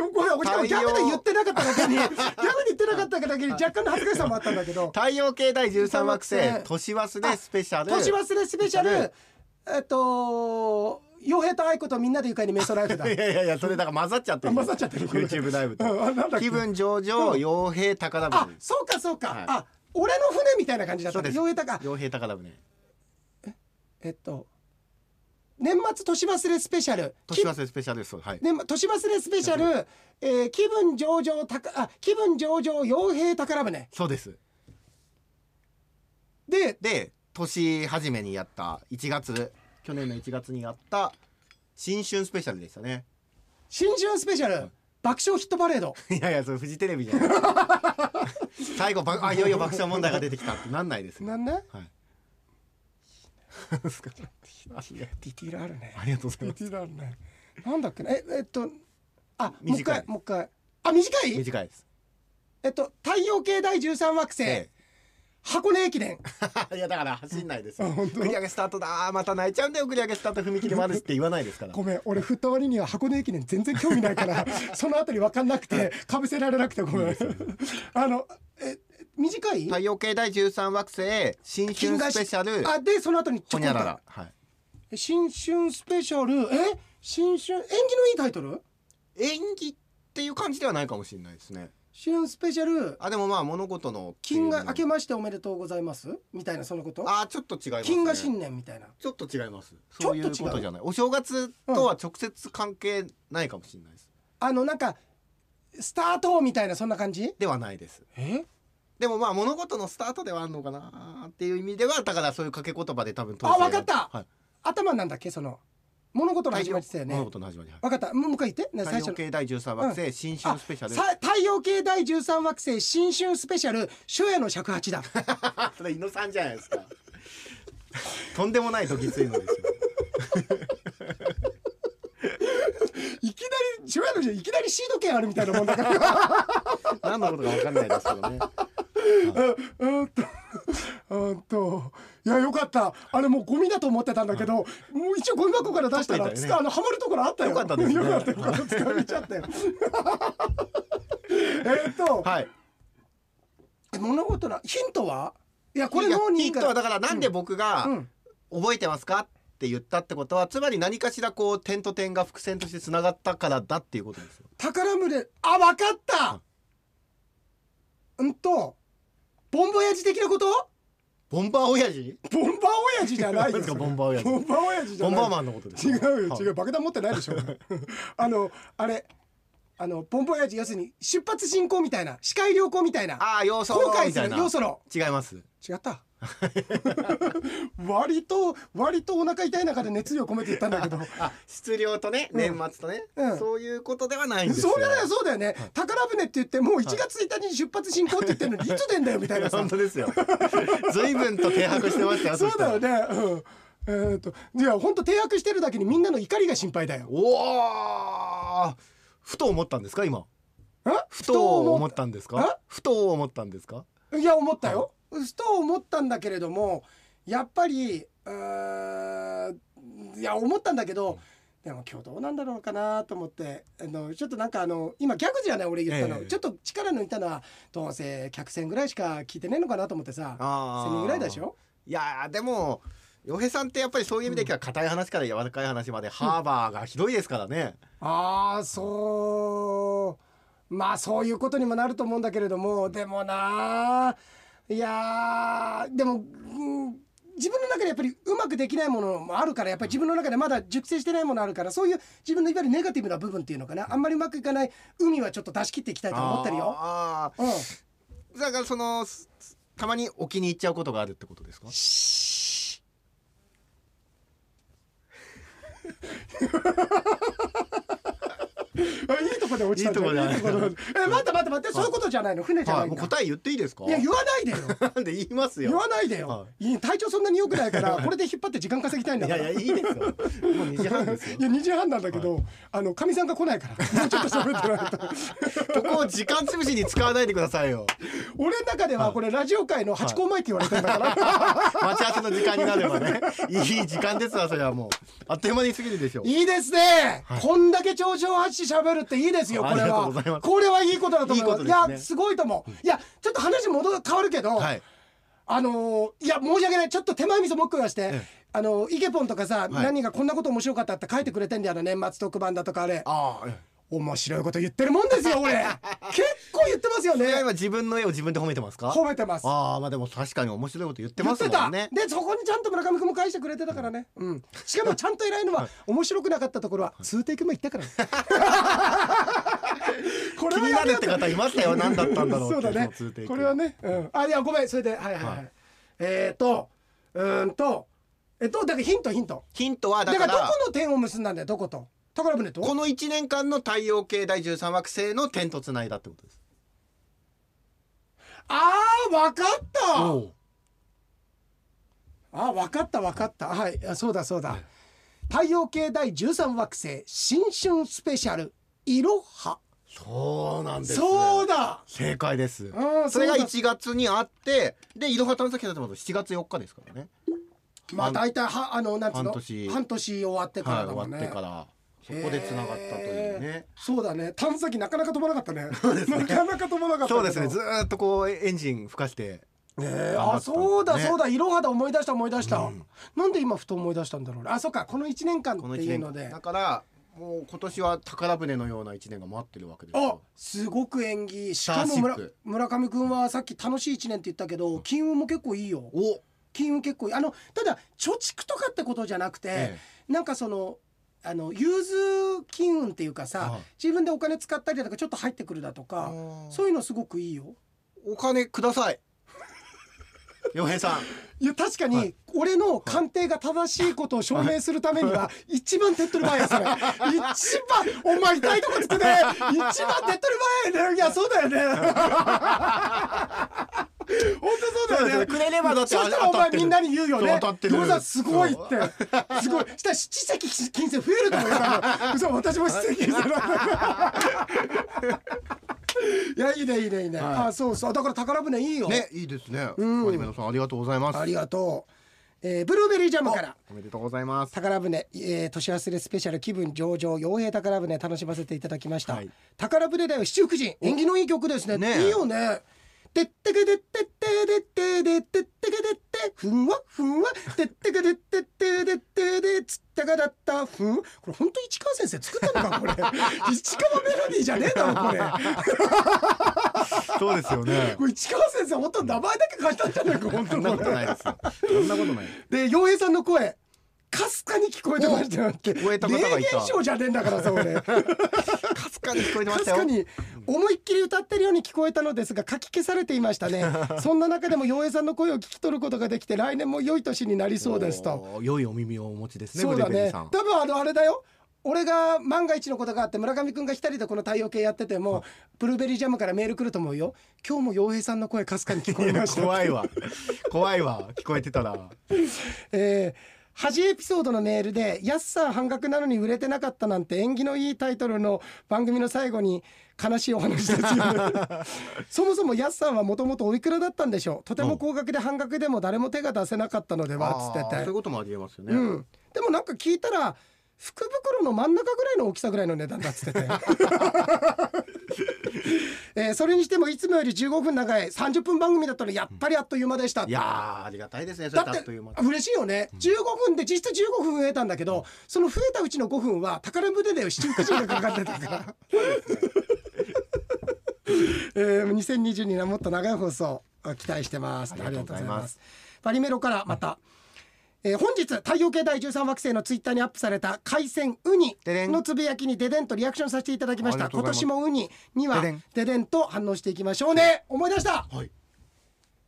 [SPEAKER 1] ごめんおじさん
[SPEAKER 2] 太
[SPEAKER 1] ギャ
[SPEAKER 2] 陽
[SPEAKER 1] グで言ってなかっただけ にギャグで言ってなかっただけに若干の恥ずかしさもあったんだけど
[SPEAKER 2] 太陽系第13惑 星年忘れスペシャル。
[SPEAKER 1] 年忘れスペシャルえっと傭兵と愛子とみんなで愉快にメソライ フだ
[SPEAKER 2] いやいやいやそれだから混ざっちゃってる
[SPEAKER 1] 混ざっちゃってる
[SPEAKER 2] YouTube ライブ と
[SPEAKER 1] うんあなんだっけ
[SPEAKER 2] 気分上々傭兵宝
[SPEAKER 1] あ
[SPEAKER 2] 船
[SPEAKER 1] そうかそうか、
[SPEAKER 2] はい
[SPEAKER 1] あ俺の船みたいな感じだった
[SPEAKER 2] そう
[SPEAKER 1] ね
[SPEAKER 2] です
[SPEAKER 1] 傭兵とか
[SPEAKER 2] 傭兵宝船
[SPEAKER 1] えっと年末年忘れスペシャル
[SPEAKER 2] 年忘れスペシャルですはい
[SPEAKER 1] 年末年忘れスペシャル、えー気分上々たかあ気分上々傭兵宝船
[SPEAKER 2] そうです
[SPEAKER 1] で
[SPEAKER 2] で年初めにやった1月去年の1月にやった新春スペシャルでしたね
[SPEAKER 1] 新春スペシャル、爆笑ヒットパレード
[SPEAKER 2] いやいやそれフジテレビじゃない 最後ばあいよいよ爆笑問題が出てきたってなんないですね
[SPEAKER 1] なんだ
[SPEAKER 2] はい
[SPEAKER 1] ディティールあるね
[SPEAKER 2] ありがとうござい
[SPEAKER 1] ディ
[SPEAKER 2] ます
[SPEAKER 1] ティールあるねなんだっけなええっとあもう一
[SPEAKER 2] 短
[SPEAKER 1] 回
[SPEAKER 2] い
[SPEAKER 1] もう一回あ短い
[SPEAKER 2] 短いです
[SPEAKER 1] えっと太陽系第13惑星、
[SPEAKER 2] ええ
[SPEAKER 1] 箱根駅伝
[SPEAKER 2] いやだから走んないですよ。
[SPEAKER 1] あ本当
[SPEAKER 2] 繰り上げスタートだーまた泣いちゃうんだよ繰り上げスタート踏切までって言わないですから。
[SPEAKER 1] ごめん俺振った割には箱根駅伝全然興味ないから そのあたり分かんなくてかぶせられなくてごめんあのえ短い
[SPEAKER 2] 太陽系第十三惑星新
[SPEAKER 1] 金河
[SPEAKER 2] 春
[SPEAKER 1] し
[SPEAKER 2] スペシャル
[SPEAKER 1] あでその後にち
[SPEAKER 2] ほ
[SPEAKER 1] ょ
[SPEAKER 2] に
[SPEAKER 1] こっ
[SPEAKER 2] ゃ
[SPEAKER 1] と
[SPEAKER 2] らら。はい。
[SPEAKER 1] 新春スペシャルえ新春演技のいいタイトル
[SPEAKER 2] 演技っていう感じではないかもしれないですね。
[SPEAKER 1] 春スペシャル
[SPEAKER 2] あでもまあ物事の
[SPEAKER 1] 金が明け
[SPEAKER 2] ま
[SPEAKER 1] ましておめでとうございますみたいなそのこと
[SPEAKER 2] あーちょっと違います、ね。
[SPEAKER 1] 金河新年みたいな
[SPEAKER 2] ちょっと違います。
[SPEAKER 1] ちょっと
[SPEAKER 2] そう
[SPEAKER 1] 違
[SPEAKER 2] いううことじゃない。お正月とは直接関係ないかもしれないです。
[SPEAKER 1] あのなんかスタートみたいなそんな感じ
[SPEAKER 2] ではないです。
[SPEAKER 1] え
[SPEAKER 2] でもまあ物事のスタートではあるのかなーっていう意味ではだからそういう掛け言葉で多分
[SPEAKER 1] あわかった
[SPEAKER 2] はい。
[SPEAKER 1] 頭なんだっけその物事の始まりってよ
[SPEAKER 2] 物
[SPEAKER 1] ね
[SPEAKER 2] 事の始まり。はい
[SPEAKER 1] 分かったもうもう一回言ってね
[SPEAKER 2] 太
[SPEAKER 1] 最
[SPEAKER 2] 陽
[SPEAKER 1] 初の
[SPEAKER 2] 系第13惑星新
[SPEAKER 1] あ
[SPEAKER 2] 春スペシャル
[SPEAKER 1] さ太陽系第13惑星新春スペシャル初夜の尺八 だ
[SPEAKER 2] それ井野さんじゃないですかとんでもない時ついのですよ
[SPEAKER 1] いきなり初夜のいきなりシード権あるみたいなもんだから
[SPEAKER 2] 何のことか分かんないですけどね
[SPEAKER 1] うーんと、うーんと、いや、よかった。あれもうゴミだと思ってたんだけど、もう一応ゴミ箱から出したら、
[SPEAKER 2] 取っとい
[SPEAKER 1] つ
[SPEAKER 2] たよね
[SPEAKER 1] かあの、はまるところあったよ。
[SPEAKER 2] よかったですね
[SPEAKER 1] よかったよかった。つかめちゃったよ。えーっと、
[SPEAKER 2] はい
[SPEAKER 1] 物事なヒントはいやこれ
[SPEAKER 2] いや
[SPEAKER 1] もう
[SPEAKER 2] ヒントはだからなんで僕が
[SPEAKER 1] うん、
[SPEAKER 2] 覚えてますかって言ったってことはつまり何かしらこう点と点が伏線としてつながったからだっていうことですよ。
[SPEAKER 1] 宝胸あわかったうんとボンボヤジ的なこと
[SPEAKER 2] ボンバー親父？
[SPEAKER 1] ボンバー親父じゃないで
[SPEAKER 2] です
[SPEAKER 1] す
[SPEAKER 2] か
[SPEAKER 1] よ
[SPEAKER 2] ボンバー親父。
[SPEAKER 1] ボンバー親父じ
[SPEAKER 2] ボ
[SPEAKER 1] ゃ
[SPEAKER 2] ン
[SPEAKER 1] ない
[SPEAKER 2] バーマンのことです
[SPEAKER 1] 違
[SPEAKER 2] か。
[SPEAKER 1] うよ
[SPEAKER 2] はい
[SPEAKER 1] 違う爆弾持ってないでしょ あのあれあのボンボヤジ要するに出発進行みたいな視界良好みたいな
[SPEAKER 2] ああ要素
[SPEAKER 1] 後悔
[SPEAKER 2] み
[SPEAKER 1] す
[SPEAKER 2] たい
[SPEAKER 1] る
[SPEAKER 2] な。
[SPEAKER 1] 要素の
[SPEAKER 2] 違います。
[SPEAKER 1] 違った 割と割とお腹痛い中で熱量込めて言ったんだけど
[SPEAKER 2] あ質量とね
[SPEAKER 1] うん
[SPEAKER 2] 年末とね、
[SPEAKER 1] うん
[SPEAKER 2] そういうことではないんですよ。
[SPEAKER 1] そうだよそうだよね宝船って言ってもう1月1日に出発進行って言ってるのにいつ出んだよみたいなさ
[SPEAKER 2] 本当 ですよ。随分と停泊してましたよ。
[SPEAKER 1] そうだよ
[SPEAKER 2] ね。
[SPEAKER 1] ねうんえー、といや本当停泊してるだけにみんなの怒りが心配だよ
[SPEAKER 2] おお。ふと思ったんですか今。
[SPEAKER 1] え
[SPEAKER 2] ふと思ったんですか
[SPEAKER 1] え。
[SPEAKER 2] ふと思ったんですか。
[SPEAKER 1] いや思ったよ、ふと思ったんだけれどもやっぱりうーんいや思ったんだけど、でも今日どうなんだろうかなと思ってあのちょっとなんかあの今ギャグじゃない俺言ったの、
[SPEAKER 2] ええ
[SPEAKER 1] ちょっと力抜いたのはどうせ客船ぐらいしか聞いてねえのかなと思ってさ
[SPEAKER 2] あ
[SPEAKER 1] 1000人ぐらいでしょ
[SPEAKER 2] いやーでも洋平さんってやっぱりそういう意味では硬い話から柔らかい話まで、ハーバーがひどいですからね。
[SPEAKER 1] ああそうまあそういうことにもなると思うんだけれどもでもないやーでも、うん自分の中でやっぱりうまくできないものもあるからやっぱり自分の中でまだ熟成してないものあるからそういう自分のいわゆるネガティブな部分っていうのかなあんまりうまくいかない海はちょっと出し切っていきたいと思ってるよ。
[SPEAKER 2] あ
[SPEAKER 1] うん
[SPEAKER 2] ーだからそのすたまにお気に入っちゃうことがあるってことですか。
[SPEAKER 1] あいいとこで落ちたんじゃない
[SPEAKER 2] いいとこで
[SPEAKER 1] いいとこでえ待って待って待ってそういうことじゃないの船じゃな
[SPEAKER 2] はいい、
[SPEAKER 1] ん
[SPEAKER 2] もう
[SPEAKER 1] だ。
[SPEAKER 2] 答え言っていいですか。
[SPEAKER 1] いや言わないでよ。
[SPEAKER 2] なんで言いますよ。
[SPEAKER 1] 言わないでよ、、
[SPEAKER 2] はい
[SPEAKER 1] 体調そんなに良くないからこれで引っ張って時間稼ぎたいんだ
[SPEAKER 2] い
[SPEAKER 1] か
[SPEAKER 2] や
[SPEAKER 1] ら
[SPEAKER 2] いやいいですよ。もう2時半ですよ
[SPEAKER 1] い。や2時半なんだけど、あのかみさんが来ないからもうちょっと喋ってないと
[SPEAKER 2] ここを時間潰しに使わないでくださいよ。
[SPEAKER 1] 俺の中ではこれラジオ界の八公前って言われてんだから、
[SPEAKER 2] 待ち合わせの時間になればね。 いい時間ですわそれはもう。あっという間に過ぎるでしょう。
[SPEAKER 1] い、いですね、こんだけ頂上発し喋るっていいですよこれ
[SPEAKER 2] ありがとうござい
[SPEAKER 1] は
[SPEAKER 2] ます
[SPEAKER 1] これはいいことだと思います
[SPEAKER 2] いいことですね
[SPEAKER 1] やすごいと思う、いやちょっと話戻る変わるけど、
[SPEAKER 2] はい。
[SPEAKER 1] あのーいや申し訳ないちょっと手前味噌もっくらして、
[SPEAKER 2] え
[SPEAKER 1] あのーイケポンとかさ、
[SPEAKER 2] はい
[SPEAKER 1] 何がこんなこと面白かったって書いてくれてんだよあの年末特番だとかあれ
[SPEAKER 2] ああ。
[SPEAKER 1] 面白いこと言ってるもんですよ 俺結構言ってますよ
[SPEAKER 2] それは
[SPEAKER 1] ね
[SPEAKER 2] 今自分の絵を自分で褒めてますか。
[SPEAKER 1] 褒めてます
[SPEAKER 2] ああまあでも確かに面白いこと言って
[SPEAKER 1] 言
[SPEAKER 2] ま
[SPEAKER 1] っ
[SPEAKER 2] す
[SPEAKER 1] て
[SPEAKER 2] も
[SPEAKER 1] た、
[SPEAKER 2] んね。
[SPEAKER 1] でそこにちゃんと村上君も返してくれてたからね、うん、しかもちゃんと偉いのは面白くなかったところは通テイクも言ったから こ
[SPEAKER 2] 気にな
[SPEAKER 1] や
[SPEAKER 2] る
[SPEAKER 1] め
[SPEAKER 2] って方いましたよ。何だったんだろうってい
[SPEAKER 1] そううだね
[SPEAKER 2] その通定
[SPEAKER 1] これは。ね、うん、あいやごめんそれではいはいはい、
[SPEAKER 2] はい
[SPEAKER 1] えっ、ー、とうーんとえっとだからヒントヒント
[SPEAKER 2] ヒントは
[SPEAKER 1] だ
[SPEAKER 2] だ
[SPEAKER 1] か
[SPEAKER 2] からら
[SPEAKER 1] どこの点を結んだんだよどこと宝船と
[SPEAKER 2] この一年間の太陽系第十三惑星の点とつないだってことです。
[SPEAKER 1] ああわかった
[SPEAKER 2] おう
[SPEAKER 1] あ分かった分かったはいあそうだそうだ、太陽系第13惑星新春スペシャルいろは
[SPEAKER 2] そうなんです。
[SPEAKER 1] そうだ
[SPEAKER 2] 正解です。
[SPEAKER 1] うん
[SPEAKER 2] それが
[SPEAKER 1] そうだ
[SPEAKER 2] 1月にあってでいろは探査機だと7月4日ですからね
[SPEAKER 1] まあ大体はあのなんつうの
[SPEAKER 2] 半年
[SPEAKER 1] 半年終わってか
[SPEAKER 2] は
[SPEAKER 1] ら
[SPEAKER 2] い
[SPEAKER 1] だもん
[SPEAKER 2] 終わ
[SPEAKER 1] ね、
[SPEAKER 2] ってからそこでつながったというね
[SPEAKER 1] へーそうだね探査機なかなか飛ばなかったねなかなか飛ばなかったけど
[SPEAKER 2] そうですねずーっとこうエンジン吹かして
[SPEAKER 1] えー
[SPEAKER 2] 頑張
[SPEAKER 1] あ
[SPEAKER 2] った
[SPEAKER 1] そうだ
[SPEAKER 2] ね
[SPEAKER 1] そうだいろはだ思い出した思い出した、なんで今ふと思い出したんだろうねあそっかこの1年間
[SPEAKER 2] この
[SPEAKER 1] って
[SPEAKER 2] 1
[SPEAKER 1] いうの
[SPEAKER 2] 年
[SPEAKER 1] で
[SPEAKER 2] だからもう今年は宝船のような1年が待ってるわけです
[SPEAKER 1] あ
[SPEAKER 2] よ
[SPEAKER 1] すごく演技し
[SPEAKER 2] タ
[SPEAKER 1] か
[SPEAKER 2] ー
[SPEAKER 1] も
[SPEAKER 2] シッ
[SPEAKER 1] 村
[SPEAKER 2] プ
[SPEAKER 1] 村上君はさっき楽しい1年って言ったけど金運も結構いいよ
[SPEAKER 2] お
[SPEAKER 1] 金運結構いいあのただ貯蓄とかってことじゃなくて、
[SPEAKER 2] え
[SPEAKER 1] なんかそのあの融通金運っていうかさ、
[SPEAKER 2] はい
[SPEAKER 1] 自分でお金使ったりだとかちょっと入ってくるだとか、そういうのすごくいいよ
[SPEAKER 2] お金ください洋平さん
[SPEAKER 1] いや確か
[SPEAKER 2] は
[SPEAKER 1] に俺の鑑定が正しいことを証明するためには一番手っ取り早いそ れ一番お前痛いとこつくね一番手っ取り早いねいやそうだよね本当そうだよね
[SPEAKER 2] くれればだって
[SPEAKER 1] そ
[SPEAKER 2] あ
[SPEAKER 1] したらお前みんなに言うよね
[SPEAKER 2] 当たってる
[SPEAKER 1] 餃子すごいってすごいしたら七席金銭増えると思うよ 嘘私も七席金銭いやいいねいいねいいね、
[SPEAKER 2] はい
[SPEAKER 1] あそうそうだから宝船いいよ、
[SPEAKER 2] ねいいですねア
[SPEAKER 1] うん
[SPEAKER 2] ニメのさんありがとうございます
[SPEAKER 1] ありがとう、えーブルーベリージャムから
[SPEAKER 2] おめでとうございます
[SPEAKER 1] 宝船、えー年忘れスペシャル気分上々傭兵宝船楽しませていただきました、
[SPEAKER 2] はい
[SPEAKER 1] 宝船だよ七福神縁起のいい曲ですね
[SPEAKER 2] ねえ
[SPEAKER 1] いいよねてってけでってってでってでってってけでってふんわふんわてってけでってってでってでつったかだったふんこれ本当市川先生作ったのかこ れ市川メロディーじゃねえだろこれ
[SPEAKER 2] そうですよ ね
[SPEAKER 1] これ市川先生本当名前だけ書いたんじゃないか本
[SPEAKER 2] そ
[SPEAKER 1] 当
[SPEAKER 2] ん
[SPEAKER 1] に
[SPEAKER 2] なことないですよそんなことない
[SPEAKER 1] で洋平さんの声かすかに聞こえてましたよって
[SPEAKER 2] 聞こえた方がいた
[SPEAKER 1] 霊現象じゃねえんだからさ俺
[SPEAKER 2] かすかに聞こえてま
[SPEAKER 1] か
[SPEAKER 2] し
[SPEAKER 1] す
[SPEAKER 2] たよ
[SPEAKER 1] かに思いっきり歌ってるように聞こえたのですが書き消されていました ねそんな中でも洋平さんの声を聞き取ることができて来年も良い年になりそうですと
[SPEAKER 2] おー良いお耳をお持ちですね
[SPEAKER 1] そうだ
[SPEAKER 2] ブルーベリー
[SPEAKER 1] ね
[SPEAKER 2] さ
[SPEAKER 1] 多
[SPEAKER 2] ん
[SPEAKER 1] 分あのあれだよ俺が万が一のことがあって村上くんが一人でこの太陽系やってて もブルーベリージャムからメール来ると思うよ今日も洋平さんの声かすかに聞こえました
[SPEAKER 2] 怖いわ怖いわ聞こえてたら
[SPEAKER 1] えー恥エピソードのメールで「安さん半額なのに売れてなかった」なんて縁起のいいタイトルの番組の最後に悲しいお話です よねそもそも安さんはもともとおいくらだったんでしょうとても高額で半額でも誰も手が出せなかったのではっつ
[SPEAKER 2] あーそう
[SPEAKER 1] っ
[SPEAKER 2] い
[SPEAKER 1] て
[SPEAKER 2] う
[SPEAKER 1] て、
[SPEAKER 2] こともありえますよね、
[SPEAKER 1] うん、でもなんか聞いたら福袋の真ん中ぐらいの大きさぐらいの値段だっつ ってて、えーそれにしてもいつもより15分長い30分番組だったらやっぱりあっという間でしたって
[SPEAKER 2] いやーありがたいですねそれ
[SPEAKER 1] だっ
[SPEAKER 2] ってあ
[SPEAKER 1] て
[SPEAKER 2] っという間
[SPEAKER 1] 嬉しいよね、15分で実質15分増えたんだけど、その増えたうちの5分は宝船で七福神がかかってたから、 えー、2022年はもっと長い放送あ期待してます
[SPEAKER 2] ありがとうございます
[SPEAKER 1] ありがパリメロからまた、えー本日太陽系第13惑星のツイッターにアップされた海鮮ウニ
[SPEAKER 2] ででん
[SPEAKER 1] のつぶやきにデデンとリアクションさせていただきました
[SPEAKER 2] ありがとう
[SPEAKER 1] 今
[SPEAKER 2] ございます
[SPEAKER 1] 年もウニには
[SPEAKER 2] ででん
[SPEAKER 1] デデンと反応していきましょうね思い出した
[SPEAKER 2] はい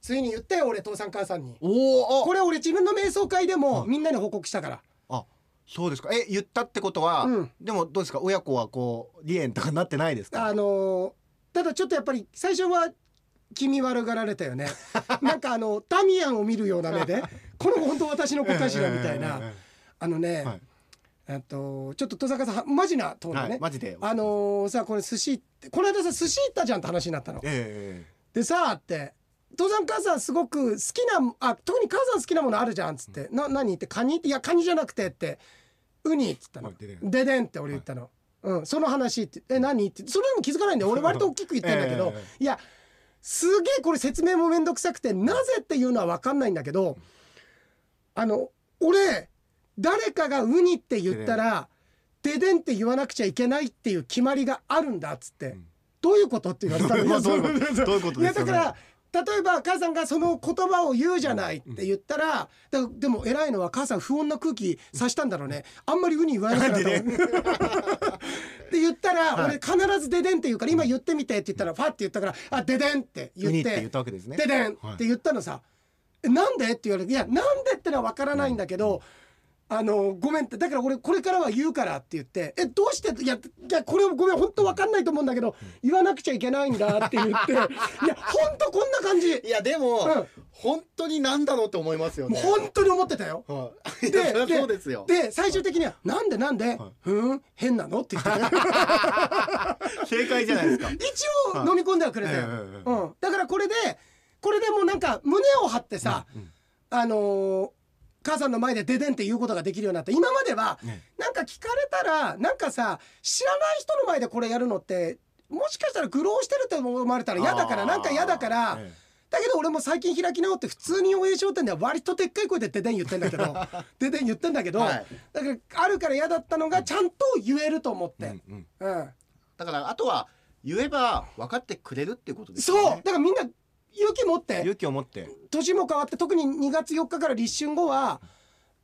[SPEAKER 1] ついに言ったよ俺父さん母さんに
[SPEAKER 2] おお
[SPEAKER 1] これ俺自分の瞑想会でもみんなに報告したから
[SPEAKER 2] あそうですかえ言ったってことは、
[SPEAKER 1] うん
[SPEAKER 2] でもどうですか親子はこう離縁とかなってないですか
[SPEAKER 1] あのーただちょっとやっぱり最初は気味悪がられた よねなんかあのダミアンを見るような目でこの子本当私の子かしらみたいな、
[SPEAKER 2] えええええ
[SPEAKER 1] あのね、
[SPEAKER 2] えはい
[SPEAKER 1] えっとちょっと戸坂さんマジなトーン
[SPEAKER 2] は
[SPEAKER 1] で
[SPEAKER 2] い
[SPEAKER 1] ね、
[SPEAKER 2] マジで
[SPEAKER 1] あのーさこれ寿司行ってこの間さ寿司行ったじゃんって話になったの。
[SPEAKER 2] え
[SPEAKER 1] でさあって父さん母さんすごく好きなあ特に母さん好きなものあるじゃんっつって「な何?」って「カニ?」って「いやカニじゃなくて」って「ウニ」っつったの
[SPEAKER 2] はい
[SPEAKER 1] 「
[SPEAKER 2] ででん
[SPEAKER 1] ででん」って俺言ったの「うんその話」って「え何?」ってそれでも気づかないんだよ俺割と大きく言ってんだけど、
[SPEAKER 2] えええ
[SPEAKER 1] いやすげえこれ説明もめんどくさくてなぜっていうのは分かんないんだけどあの俺誰かが「ウニ」って言ったら「ででん」って言わなくちゃいけないっていう決まりがあるんだっつって。
[SPEAKER 2] ん
[SPEAKER 1] どういうことって言われたの
[SPEAKER 2] まあ どういうことどういうこと
[SPEAKER 1] い
[SPEAKER 2] で
[SPEAKER 1] や
[SPEAKER 2] すか
[SPEAKER 1] だ
[SPEAKER 2] ね
[SPEAKER 1] から例えば母さんがその言葉を言うじゃないって言ったら、だでも偉いのは母さん不穏な空気さしたんだろうねあんまりウニ言わなくなった
[SPEAKER 2] なんで
[SPEAKER 1] って言ったら、
[SPEAKER 2] はい
[SPEAKER 1] 俺必ず「ででん」って言うから今言ってみてって言ったらファって言ったから「あででん」って
[SPEAKER 2] え
[SPEAKER 1] 言
[SPEAKER 2] ウ
[SPEAKER 1] っ
[SPEAKER 2] ニって言
[SPEAKER 1] て
[SPEAKER 2] ったわけですね
[SPEAKER 1] ででんって言ったのさ「えなんで?」って言われて「いやなんで?」ってのは分からないんだけど「あのごめん」ってだから俺これからは言うからって言って「えどうして?」いやいやこれごめん本当分かんないと思うんだけど言わなくちゃいけないんだって言 っていや本当こんな感じ
[SPEAKER 2] いやでも、
[SPEAKER 1] うん
[SPEAKER 2] 本当になんだろうって思いますよ
[SPEAKER 1] もう
[SPEAKER 2] ね
[SPEAKER 1] 本当に思ってたよ。
[SPEAKER 2] はいいやそりゃそうですよ
[SPEAKER 1] で最終的には「なんでなんで、ふーん変なの?」って言っ てた
[SPEAKER 2] 正解じゃないですか
[SPEAKER 1] 一応飲み込んではくれたよ、
[SPEAKER 2] はいええええ
[SPEAKER 1] うん、だからこれでこれでもうなんか胸を張ってさ、あのー母さんの前で「ででん」って言うことができるようになった今までは、
[SPEAKER 2] ね
[SPEAKER 1] なんか聞かれたらなんかさ知らない人の前でこれやるのってもしかしたら愚弄してると思われたら嫌だから
[SPEAKER 2] あー
[SPEAKER 1] なんか嫌だから、
[SPEAKER 2] ええ
[SPEAKER 1] だけど俺も最近開き直って普通に応援商店では割とでっかい声で「ででん」言ってんだけ ど「ででん」言ってんだけど、
[SPEAKER 2] はい
[SPEAKER 1] だからあるから嫌だったのがちゃんと言えると思って、
[SPEAKER 2] うんうん
[SPEAKER 1] うん、
[SPEAKER 2] だからあとは言えば分かってくれるっていうことです
[SPEAKER 1] そう
[SPEAKER 2] よ
[SPEAKER 1] だ
[SPEAKER 2] ね
[SPEAKER 1] からみんな勇気持って
[SPEAKER 2] 勇気を持って
[SPEAKER 1] 年も変わって特に2月4日から立春後は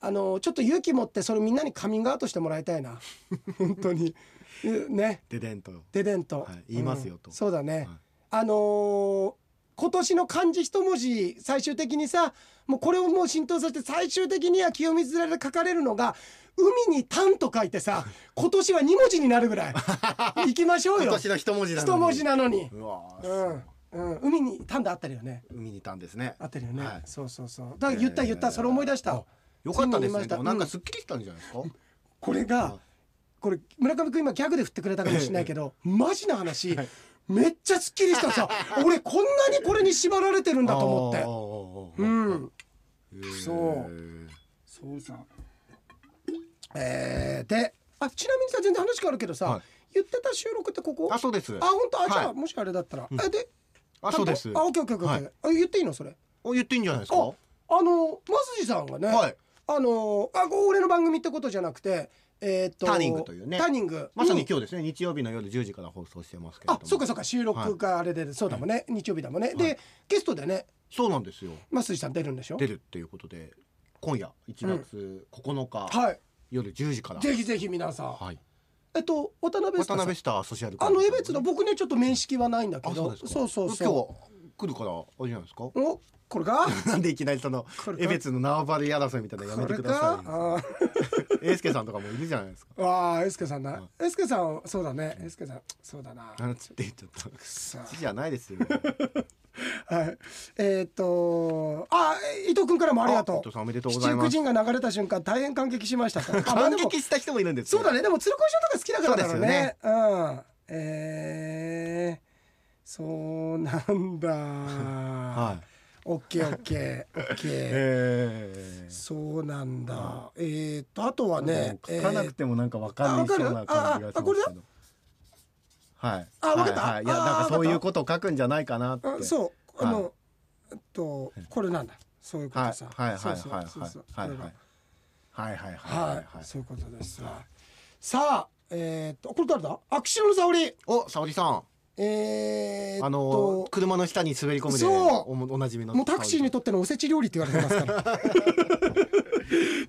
[SPEAKER 1] あのちょっと勇気持ってそれみんなにカミングアウトしてもらいたいな 本当にうね
[SPEAKER 2] ででんと
[SPEAKER 1] ででんと、
[SPEAKER 2] はい言いますよ
[SPEAKER 1] う
[SPEAKER 2] と
[SPEAKER 1] んそうだね、
[SPEAKER 2] はい
[SPEAKER 1] あのー今年の漢字一文字最終的にさもうこれをもう浸透させて最終的には清水寺で書かれるのが海に「丹」と書いて さ今年は2文字になるぐらい行きましょう
[SPEAKER 2] 今
[SPEAKER 1] よ
[SPEAKER 2] 年の一文字なのに
[SPEAKER 1] 一文字なのに、
[SPEAKER 2] うわ
[SPEAKER 1] う
[SPEAKER 2] ー
[SPEAKER 1] んうん、海に「丹」であったりよね
[SPEAKER 2] 海にいたんですね
[SPEAKER 1] あってるよね、
[SPEAKER 2] はい
[SPEAKER 1] そうそうそうだから言った
[SPEAKER 2] えー
[SPEAKER 1] 言った、それ思い出した
[SPEAKER 2] よかった
[SPEAKER 1] ついに言
[SPEAKER 2] です
[SPEAKER 1] いまし
[SPEAKER 2] ね
[SPEAKER 1] た
[SPEAKER 2] でもなんかすっきりしたんじゃないですか
[SPEAKER 1] これがこれ村上君今ギャグで振ってくれたかもしれないけど、マジな話、めっちゃすっきりしたさ俺こんなにこれに縛られてるんだと思って
[SPEAKER 2] って
[SPEAKER 1] うんそう
[SPEAKER 2] う
[SPEAKER 1] そうさえー、であちなみにさ全然話変わるけどさ、
[SPEAKER 2] はい
[SPEAKER 1] 言ってた収録ってここ
[SPEAKER 2] あそうです
[SPEAKER 1] あ本当あじゃあ、
[SPEAKER 2] はい
[SPEAKER 1] もしあれだったら、えで
[SPEAKER 2] あそうです
[SPEAKER 1] あオッケーオッケーオッケーオッケー、あ言っていいのそれ
[SPEAKER 2] お言っていいんじゃないですか
[SPEAKER 1] ああのマスジさんがね、
[SPEAKER 2] はい
[SPEAKER 1] あのあこ俺の番組ってことじゃなくてえーっと
[SPEAKER 2] ターニングというね
[SPEAKER 1] ターニング
[SPEAKER 2] まさに
[SPEAKER 1] 日
[SPEAKER 2] 今日ですね日曜日の夜10時から放送してますけれど
[SPEAKER 1] あ
[SPEAKER 2] も
[SPEAKER 1] そうかそうか収録があれで、そうだもんね日曜日だもんね、
[SPEAKER 2] は
[SPEAKER 1] でゲストでね
[SPEAKER 2] そうなんですよ
[SPEAKER 1] マスジさん出るんでしょ
[SPEAKER 2] 出るっていうことで今夜1月9日、
[SPEAKER 1] はい
[SPEAKER 2] 夜10時から
[SPEAKER 1] ぜひぜひ皆さん、
[SPEAKER 2] はい
[SPEAKER 1] えっと渡辺さ
[SPEAKER 2] 渡
[SPEAKER 1] ん
[SPEAKER 2] 辺スターソシャル
[SPEAKER 1] あの江別の
[SPEAKER 2] あ
[SPEAKER 1] 僕ねちょっと面識はないんだけ
[SPEAKER 2] そう
[SPEAKER 1] ど
[SPEAKER 2] ですか
[SPEAKER 1] そうそうそう
[SPEAKER 2] 今日来るからあれじゃないですか
[SPEAKER 1] おこれか
[SPEAKER 2] なんでいきなりその
[SPEAKER 1] これか
[SPEAKER 2] 江別の縄張り争いみたいなのや
[SPEAKER 1] こ
[SPEAKER 2] めて
[SPEAKER 1] れ
[SPEAKER 2] くださ
[SPEAKER 1] か
[SPEAKER 2] いよ
[SPEAKER 1] あ
[SPEAKER 2] 英介さんとかもいるじゃないですか。
[SPEAKER 1] ーあーエスケさんなエスケさんそうだねエスケさんそうだな
[SPEAKER 2] なんつって言っちゃった。
[SPEAKER 1] くそ
[SPEAKER 2] 好きじゃないですよ。
[SPEAKER 1] はい、えーっとあ伊藤君からもありがとう
[SPEAKER 2] 伊藤さんおめでとうご
[SPEAKER 1] 七
[SPEAKER 2] ざい
[SPEAKER 1] 福
[SPEAKER 2] ます。
[SPEAKER 1] 神が流れた瞬間大変感激しま したとあまあ
[SPEAKER 2] 感
[SPEAKER 1] でも
[SPEAKER 2] 激した人もいるんです
[SPEAKER 1] そう
[SPEAKER 2] よ。
[SPEAKER 1] だねでも鶴光師匠とか好きだからだろうねうんえー、そうなんだ
[SPEAKER 2] は。
[SPEAKER 1] はいオッケーオッケーオッケー
[SPEAKER 2] ええ。
[SPEAKER 1] そうなんだえー、っとあとはね
[SPEAKER 2] 書かなく
[SPEAKER 1] えー
[SPEAKER 2] てもなんかわかんないそうな感じ
[SPEAKER 1] あわかる
[SPEAKER 2] がし
[SPEAKER 1] あああこ
[SPEAKER 2] ま
[SPEAKER 1] れ
[SPEAKER 2] す
[SPEAKER 1] だ
[SPEAKER 2] けど。はい。
[SPEAKER 1] あわかった
[SPEAKER 2] はいはいいや
[SPEAKER 1] あ
[SPEAKER 2] なんかそういう
[SPEAKER 1] わか
[SPEAKER 2] ことを書くんじゃないかなって。
[SPEAKER 1] あそうあの、
[SPEAKER 2] はい
[SPEAKER 1] えっとこれなんだそういうこ
[SPEAKER 2] は
[SPEAKER 1] と
[SPEAKER 2] い
[SPEAKER 1] さ
[SPEAKER 2] はいはい
[SPEAKER 1] そ
[SPEAKER 2] は
[SPEAKER 1] う
[SPEAKER 2] い
[SPEAKER 1] そう
[SPEAKER 2] はい
[SPEAKER 1] そうそう
[SPEAKER 2] はい
[SPEAKER 1] これ
[SPEAKER 2] は
[SPEAKER 1] が
[SPEAKER 2] いはいはいはい
[SPEAKER 1] は
[SPEAKER 2] はいい、
[SPEAKER 1] そういうことですわ。さあ、えーっと、これ誰だ、アクションの沙織。
[SPEAKER 2] お沙織さん
[SPEAKER 1] えーっと、
[SPEAKER 2] あの車の下に滑り込むで
[SPEAKER 1] そう
[SPEAKER 2] おおなじみの
[SPEAKER 1] もうタクシーにとってのおせち料理って言われてますから。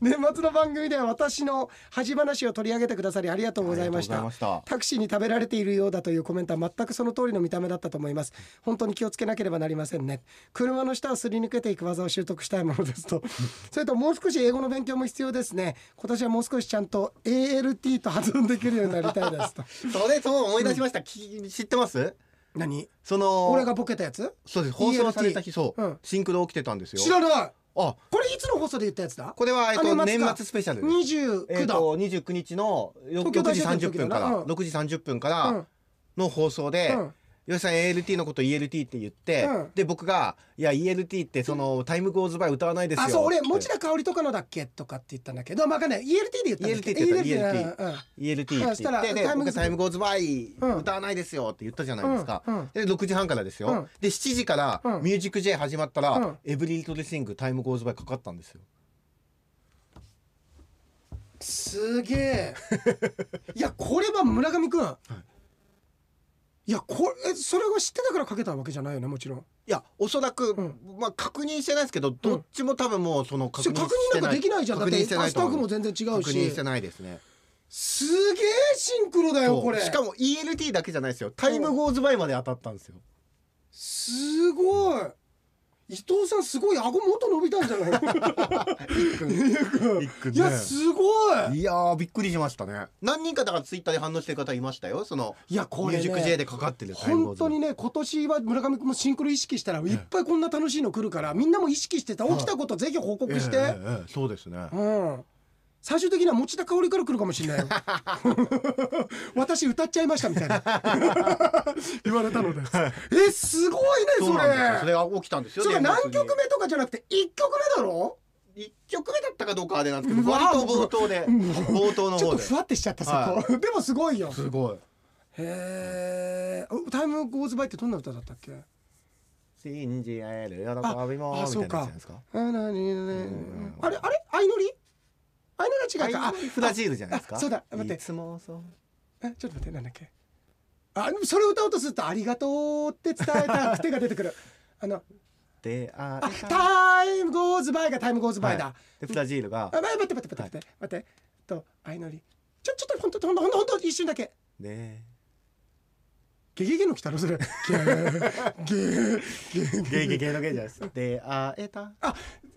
[SPEAKER 1] 年末の番組では私の恥話を取り上げてくださりありがとうございまし
[SPEAKER 2] ありがとうござい
[SPEAKER 1] た
[SPEAKER 2] ました
[SPEAKER 1] タクシーに食べられているようだというコメントは全くその通りの見た目だったと思います本当に気をつけなければなりませんね車の下をすり抜けていく技を習得したいものです とそれともう少し英語の勉強も必要ですね今年はもう少しちゃんと ALT と発音できるようになりたいですと
[SPEAKER 2] それそう思い出しました、き知ってます
[SPEAKER 1] 何
[SPEAKER 2] その
[SPEAKER 1] 俺がボケたやつ
[SPEAKER 2] そうです放送された日そう、
[SPEAKER 1] うん
[SPEAKER 2] シンクロ起きてたんですよ
[SPEAKER 1] 知らない
[SPEAKER 2] あ
[SPEAKER 1] これいつの放送で言ったやつだ
[SPEAKER 2] これは、えっ
[SPEAKER 1] あ年末
[SPEAKER 2] と、
[SPEAKER 1] か
[SPEAKER 2] 年末スペシャルです
[SPEAKER 1] 29だ、
[SPEAKER 2] えっと29日のよ6
[SPEAKER 1] 東京大
[SPEAKER 2] 時
[SPEAKER 1] 震災の
[SPEAKER 2] 30
[SPEAKER 1] 時だ
[SPEAKER 2] 分
[SPEAKER 1] な
[SPEAKER 2] から、
[SPEAKER 1] うん
[SPEAKER 2] 6時30分か
[SPEAKER 1] う
[SPEAKER 2] ら
[SPEAKER 1] ん
[SPEAKER 2] の放送で、
[SPEAKER 1] うん
[SPEAKER 2] 吉さん ALT のことを ELT って言って、
[SPEAKER 1] うん
[SPEAKER 2] で僕が「いや ELT ってその、タイムゴーズバイ歌わないですよ」
[SPEAKER 1] あそう俺
[SPEAKER 2] って
[SPEAKER 1] 持田香織とかのだっけとかって言ったんだけどまあわかんない ELT で言ったんだっけ
[SPEAKER 2] ELT って言った ELT
[SPEAKER 1] うんうん
[SPEAKER 2] ELT って言
[SPEAKER 1] あ
[SPEAKER 2] っ
[SPEAKER 1] そしたら
[SPEAKER 2] てで
[SPEAKER 1] タイム
[SPEAKER 2] 僕
[SPEAKER 1] ゴーズバイ
[SPEAKER 2] がタイムゴーズバイ
[SPEAKER 1] うん
[SPEAKER 2] 歌わないですよって言ったじゃないですか、
[SPEAKER 1] うんうん
[SPEAKER 2] で6時半からですよ、
[SPEAKER 1] うん
[SPEAKER 2] で7時から
[SPEAKER 1] うん
[SPEAKER 2] ミュージック J 始まったら、
[SPEAKER 1] うん
[SPEAKER 2] エブリリトルシングタイムゴーズバイかかったんですよ
[SPEAKER 1] すげえ いやこれは村上君、い、やこれえそれを知ってたからかけたわけじゃないよねもちろん
[SPEAKER 2] いやおそらく、
[SPEAKER 1] うん
[SPEAKER 2] まあ確認してないですけどどっちも多分もうその確
[SPEAKER 1] 確認
[SPEAKER 2] 認して
[SPEAKER 1] なん
[SPEAKER 2] な
[SPEAKER 1] か
[SPEAKER 2] い
[SPEAKER 1] できないじゃんだっ
[SPEAKER 2] 確
[SPEAKER 1] てス
[SPEAKER 2] 認して
[SPEAKER 1] タ
[SPEAKER 2] ないと
[SPEAKER 1] ッ
[SPEAKER 2] 思
[SPEAKER 1] フ
[SPEAKER 2] う
[SPEAKER 1] も全然違う
[SPEAKER 2] 確認して
[SPEAKER 1] し
[SPEAKER 2] ないですね
[SPEAKER 1] すげえシンクロだよ
[SPEAKER 2] そう
[SPEAKER 1] これ
[SPEAKER 2] しかも ELT だけじゃないですよタイムゴーズバイまで当たったんですよ
[SPEAKER 1] すごい伊藤さんすごい顎元伸びたん じゃない
[SPEAKER 2] 一句ね
[SPEAKER 1] いやすごい
[SPEAKER 2] いやーびっくりしましたね何人かだからツイッターで反応してる方いましたよその
[SPEAKER 1] いやこれね
[SPEAKER 2] ミュージック J でかかってるタイムゴー
[SPEAKER 1] 本
[SPEAKER 2] ズバ
[SPEAKER 1] 当
[SPEAKER 2] イ
[SPEAKER 1] にね今年は村上君もシンクロ意識したらいっぱいこんな楽しいの来るからみんなも意識してた起きたことぜひ報告して、
[SPEAKER 2] ええええええそうですね、
[SPEAKER 1] うん最終的には持田香織から来るかもしれない よ私歌っちゃいましたみたいな言われたのでえすごいね
[SPEAKER 2] そう
[SPEAKER 1] そ
[SPEAKER 2] なんですよそ
[SPEAKER 1] れ
[SPEAKER 2] れが起きたんですよ
[SPEAKER 1] それ
[SPEAKER 2] 年
[SPEAKER 1] 何
[SPEAKER 2] 末に
[SPEAKER 1] 曲目とかじゃなくて1曲目だろ
[SPEAKER 2] 一曲目だったかどうかはあれなんですけ
[SPEAKER 1] う
[SPEAKER 2] ど
[SPEAKER 1] わ
[SPEAKER 2] 割と冒頭で冒頭の
[SPEAKER 1] ちょっと
[SPEAKER 2] 方で
[SPEAKER 1] ふわってしちゃったそこ、
[SPEAKER 2] は
[SPEAKER 1] でもすごいよ
[SPEAKER 2] すごい
[SPEAKER 1] へえタイムゴーズバイってどんな歌だったっけ
[SPEAKER 2] 信じ合える喜び
[SPEAKER 1] あ
[SPEAKER 2] も
[SPEAKER 1] あ
[SPEAKER 2] み
[SPEAKER 1] そ
[SPEAKER 2] た
[SPEAKER 1] う
[SPEAKER 2] いなやつじゃ
[SPEAKER 1] か
[SPEAKER 2] ないですか
[SPEAKER 1] あなに
[SPEAKER 2] ん
[SPEAKER 1] あれあれ相乗り相乗りは違うかあ
[SPEAKER 2] フラジールじゃないですか
[SPEAKER 1] あそうだ待って
[SPEAKER 2] いつもそう
[SPEAKER 1] えちょっと待ってなんだっけあでもそれを歌おうとすると「ありがとう」って伝えたくてが出て くるあの
[SPEAKER 2] であ
[SPEAKER 1] あ「タイムゴーズバイ」が「タイムゴーズバイだ」
[SPEAKER 2] でフラジールが
[SPEAKER 1] あ待って待って待って待って待ってと相乗りちょちょっとほんとほんとほんとほんと一瞬だけ
[SPEAKER 2] ね
[SPEAKER 1] 「ゲゲゲの鬼太郎」それ「ゲーゲーゲー
[SPEAKER 2] ゲイゲイゲイのゲイじゃないですかであえた
[SPEAKER 1] あ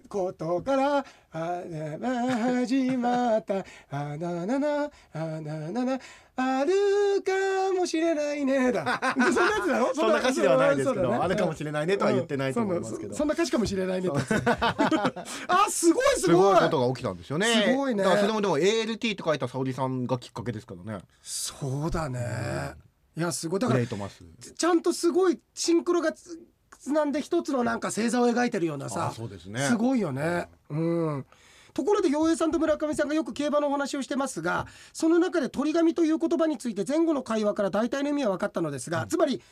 [SPEAKER 1] ことからあなな始まったあなななあなななあるかもしれないねだそんなやつだろ
[SPEAKER 2] そんな歌詞ではないです
[SPEAKER 1] そ
[SPEAKER 2] け
[SPEAKER 1] うだ
[SPEAKER 2] ど
[SPEAKER 1] ね
[SPEAKER 2] あるかもしれないねとは言ってないと思いますけ
[SPEAKER 1] うんそんな
[SPEAKER 2] ど
[SPEAKER 1] そそんな歌詞かもしれないねとあすごいす
[SPEAKER 2] すご
[SPEAKER 1] ご
[SPEAKER 2] い
[SPEAKER 1] い
[SPEAKER 2] ことが起きたんですよね
[SPEAKER 1] すごいね
[SPEAKER 2] だからそれもでも ALT って書いた沙織さんがきっかけですからね
[SPEAKER 1] そうだねいやすごいだ
[SPEAKER 2] グ
[SPEAKER 1] から
[SPEAKER 2] レイトマス
[SPEAKER 1] ちゃんとすごいシンクロがつつなんで一つのなんか星座を描いてるようなさ
[SPEAKER 2] あそうですね
[SPEAKER 1] ごいよね。うんところで洋平さんと村上さんがよく競馬のお話をしてますがその中で「鳥紙」という言葉について前後の会話から大体の意味は分かったのですが、つまり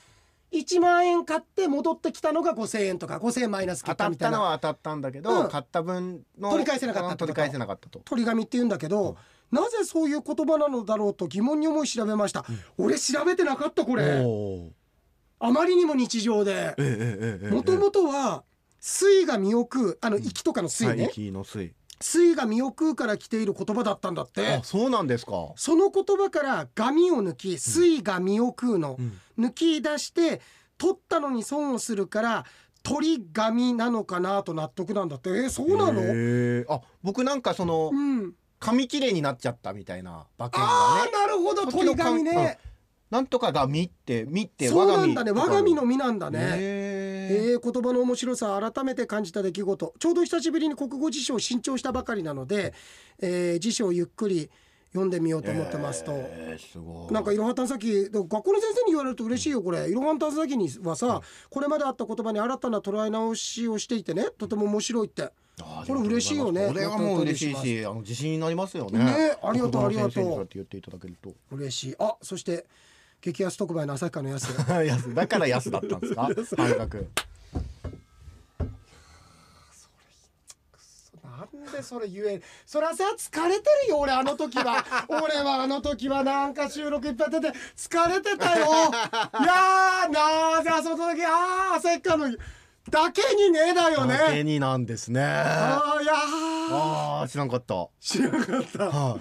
[SPEAKER 1] 1万円買って戻ってきたのが5,000円とか5,000円マイナス切
[SPEAKER 2] 当
[SPEAKER 1] った
[SPEAKER 2] たっ
[SPEAKER 1] みた
[SPEAKER 2] た
[SPEAKER 1] い
[SPEAKER 2] の
[SPEAKER 1] な
[SPEAKER 2] は当たったんだけど、
[SPEAKER 1] うん
[SPEAKER 2] 買った分の
[SPEAKER 1] 取り返せなかったってこと
[SPEAKER 2] 取り返せなかったと
[SPEAKER 1] 取り紙って言うんだけど、なぜそういう言葉なのだろうと疑問に思い調べました、俺調べてなかったこ
[SPEAKER 2] こ
[SPEAKER 1] れあまりにも日常で
[SPEAKER 2] ええええええ
[SPEAKER 1] もともとは水が身を食うあの
[SPEAKER 2] うん
[SPEAKER 1] 息とかの水
[SPEAKER 2] はい
[SPEAKER 1] ね、
[SPEAKER 2] 息の水
[SPEAKER 1] 水が身を食うから来ている言葉だったんだって
[SPEAKER 2] あそうなんですか、
[SPEAKER 1] その言葉から「髪を抜き水が身を食うの」抜き出して取ったのに損をするから鳥紙なのかなと納得なんだってえーそうなの、
[SPEAKER 2] へえあ僕なんかその
[SPEAKER 1] うん、
[SPEAKER 2] 紙切れになっちゃったみたいな馬券
[SPEAKER 1] あ
[SPEAKER 2] が
[SPEAKER 1] あ
[SPEAKER 2] ね
[SPEAKER 1] なるほど
[SPEAKER 2] そっちの
[SPEAKER 1] 鳥
[SPEAKER 2] 紙
[SPEAKER 1] 紙ね
[SPEAKER 2] なんとかがみってみって
[SPEAKER 1] そう
[SPEAKER 2] 我が
[SPEAKER 1] な
[SPEAKER 2] 身
[SPEAKER 1] んだね我が身の身なんだね、
[SPEAKER 2] へえ
[SPEAKER 1] えー言葉の面白さを改めて感じた出来事ちょうど久しぶりに国語辞書を新調したばかりなので、えー辞書をゆっくり読んでみようと思ってますと、
[SPEAKER 2] えーすごい
[SPEAKER 1] なんかいろは探査機学校の先生に言われると嬉しいよこれいろは探査機にはさ、これまであった言葉に新たな捉え直しをしていてねとても面白いって
[SPEAKER 2] あー
[SPEAKER 1] これ嬉しいよね
[SPEAKER 2] これはもう嬉しい
[SPEAKER 1] 納
[SPEAKER 2] しあの自信になりますよね
[SPEAKER 1] ねありがとう
[SPEAKER 2] 国語
[SPEAKER 1] あ
[SPEAKER 2] の先生に
[SPEAKER 1] りがとう
[SPEAKER 2] そうやって言っていただける と
[SPEAKER 1] 嬉しいあそして激安特売の旭川のやつ
[SPEAKER 2] 安だから安だったんです か半額
[SPEAKER 1] なんでそれ言えるそりゃさ疲れてるよ俺あの時 は俺はあの時はなんか収録いっぱい出て疲れて たよいやーなぜあその時ああ旭川のだけにねだよ
[SPEAKER 2] だけ
[SPEAKER 1] ね
[SPEAKER 2] になんですねあ
[SPEAKER 1] あーいやー
[SPEAKER 2] あー知らんかった
[SPEAKER 1] 知らなかった
[SPEAKER 2] はい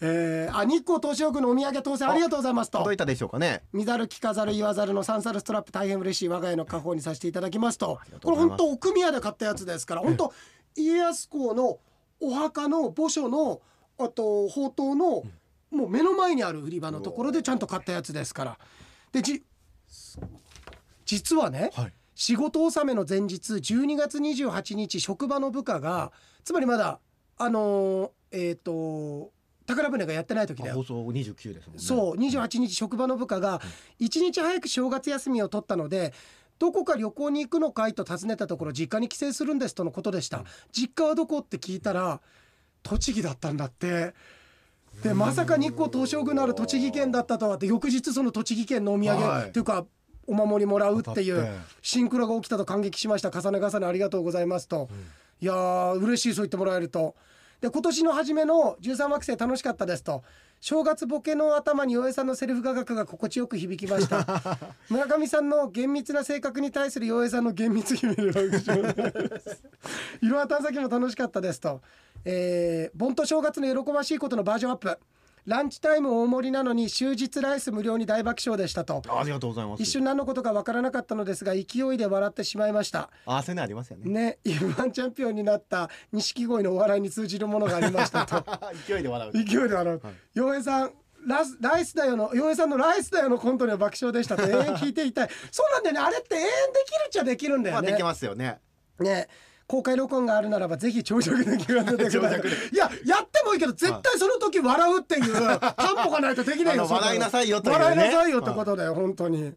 [SPEAKER 1] えー、あ日光東照宮のお土産当選ありがとうございますと
[SPEAKER 2] 届いたでしょうかね
[SPEAKER 1] 見ざる聞かざる言わざるのサンサルストラップ大変嬉しい我が家の家宝にさせていただきますと
[SPEAKER 2] りがと
[SPEAKER 1] こ
[SPEAKER 2] う
[SPEAKER 1] れ
[SPEAKER 2] ござ
[SPEAKER 1] 本
[SPEAKER 2] います
[SPEAKER 1] 当奥宮で買ったやつですから本当家康公のお墓の墓所のあと宝刀のもう目の前にある売り場のところでちゃんと買ったやつですからでじ実はね、
[SPEAKER 2] はい
[SPEAKER 1] 仕事納めの前日12月28日職場の部下がつまりまだあのーえっ、と宝船がやってない時だよ
[SPEAKER 2] 放送29ですもんね
[SPEAKER 1] そう28日職場の部下が1日早く正月休みを取ったのでどこか旅行に行くのかいと尋ねたところ実家に帰省するんですとのことでした実家はどこって聞いたら栃木だったんだってでまさか日光東照宮のある栃木県だったとはって翌日その栃木県のお土産、
[SPEAKER 2] はい
[SPEAKER 1] っていうかお守りもらうってい
[SPEAKER 2] 当た
[SPEAKER 1] う
[SPEAKER 2] って
[SPEAKER 1] シンクロが起きたと感激しました重ね重ねありがとうございますと、いやー嬉しいそう言ってもらえるとで今年の初めの13惑星楽しかったですと正月ボケの頭に洋江さんのセルフ画角が心地よく響きました 村上さんの厳密な性格に対する洋江さんの厳密決めるいろは探査機も楽しかったですと、えー、盆と正月の喜ばしいことのバージョンアップランチタイム大盛りなのに終日ライス無料に大爆笑でしたと
[SPEAKER 2] ありがとうございます
[SPEAKER 1] 一瞬何のことかわからなかったのですが勢いで笑ってしまいました
[SPEAKER 2] あそういうのありますよね
[SPEAKER 1] ね M1 チャンピオンになった錦鯉のお笑いに通じるものがありました と
[SPEAKER 2] 勢いで笑う
[SPEAKER 1] 勢いで笑う洋平さんラスライスだよの洋平さんのライスだよのコントには爆笑でしたと永遠聞いていたいそうなんだよねあれって永遠できるっちゃできるんだよ
[SPEAKER 2] まあ
[SPEAKER 1] ね
[SPEAKER 2] できますよね
[SPEAKER 1] ね公開録音があるならばぜひ長尺で聞かせて くださいいややってもいいけど絶対その時笑うっていう 担保がないとできないよ
[SPEAKER 2] あの
[SPEAKER 1] そんの
[SPEAKER 2] 笑いなさいよというね
[SPEAKER 1] 笑いなさいよってことだよ本当に、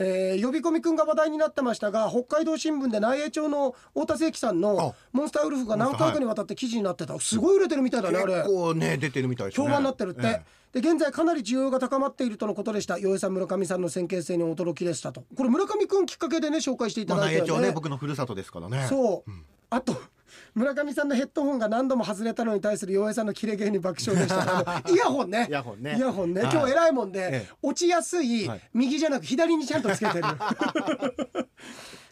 [SPEAKER 1] えー呼び込みくんが話題になってましたが北海道新聞で内栄町の太田誠樹さんの「モンスターウルフ」が何回かにわたって記事になってたすごい売れてるみたいだねあれ
[SPEAKER 2] 結構ね出てるみたいですね
[SPEAKER 1] 評判になってるって、
[SPEAKER 2] え
[SPEAKER 1] で現在かなり需要が高まっているとのことでした洋江さん村上さんの先見性に驚きでしたとこれ村上くんきっかけでね紹介してい
[SPEAKER 2] えま
[SPEAKER 1] た
[SPEAKER 2] あ
[SPEAKER 1] だいた
[SPEAKER 2] 内
[SPEAKER 1] よ
[SPEAKER 2] 栄町ね僕の故郷ですからね
[SPEAKER 1] そう、あと村上さんのヘッドホンが何度も外れたのに対する洋江さんのキレ芸に爆笑でした あのイヤホンね
[SPEAKER 2] イヤホンね
[SPEAKER 1] イヤホンね
[SPEAKER 2] はい
[SPEAKER 1] 今日偉いもんで、
[SPEAKER 2] ええ
[SPEAKER 1] 落ちやすい、
[SPEAKER 2] はい
[SPEAKER 1] 右じゃなく左にちゃんとつけてる、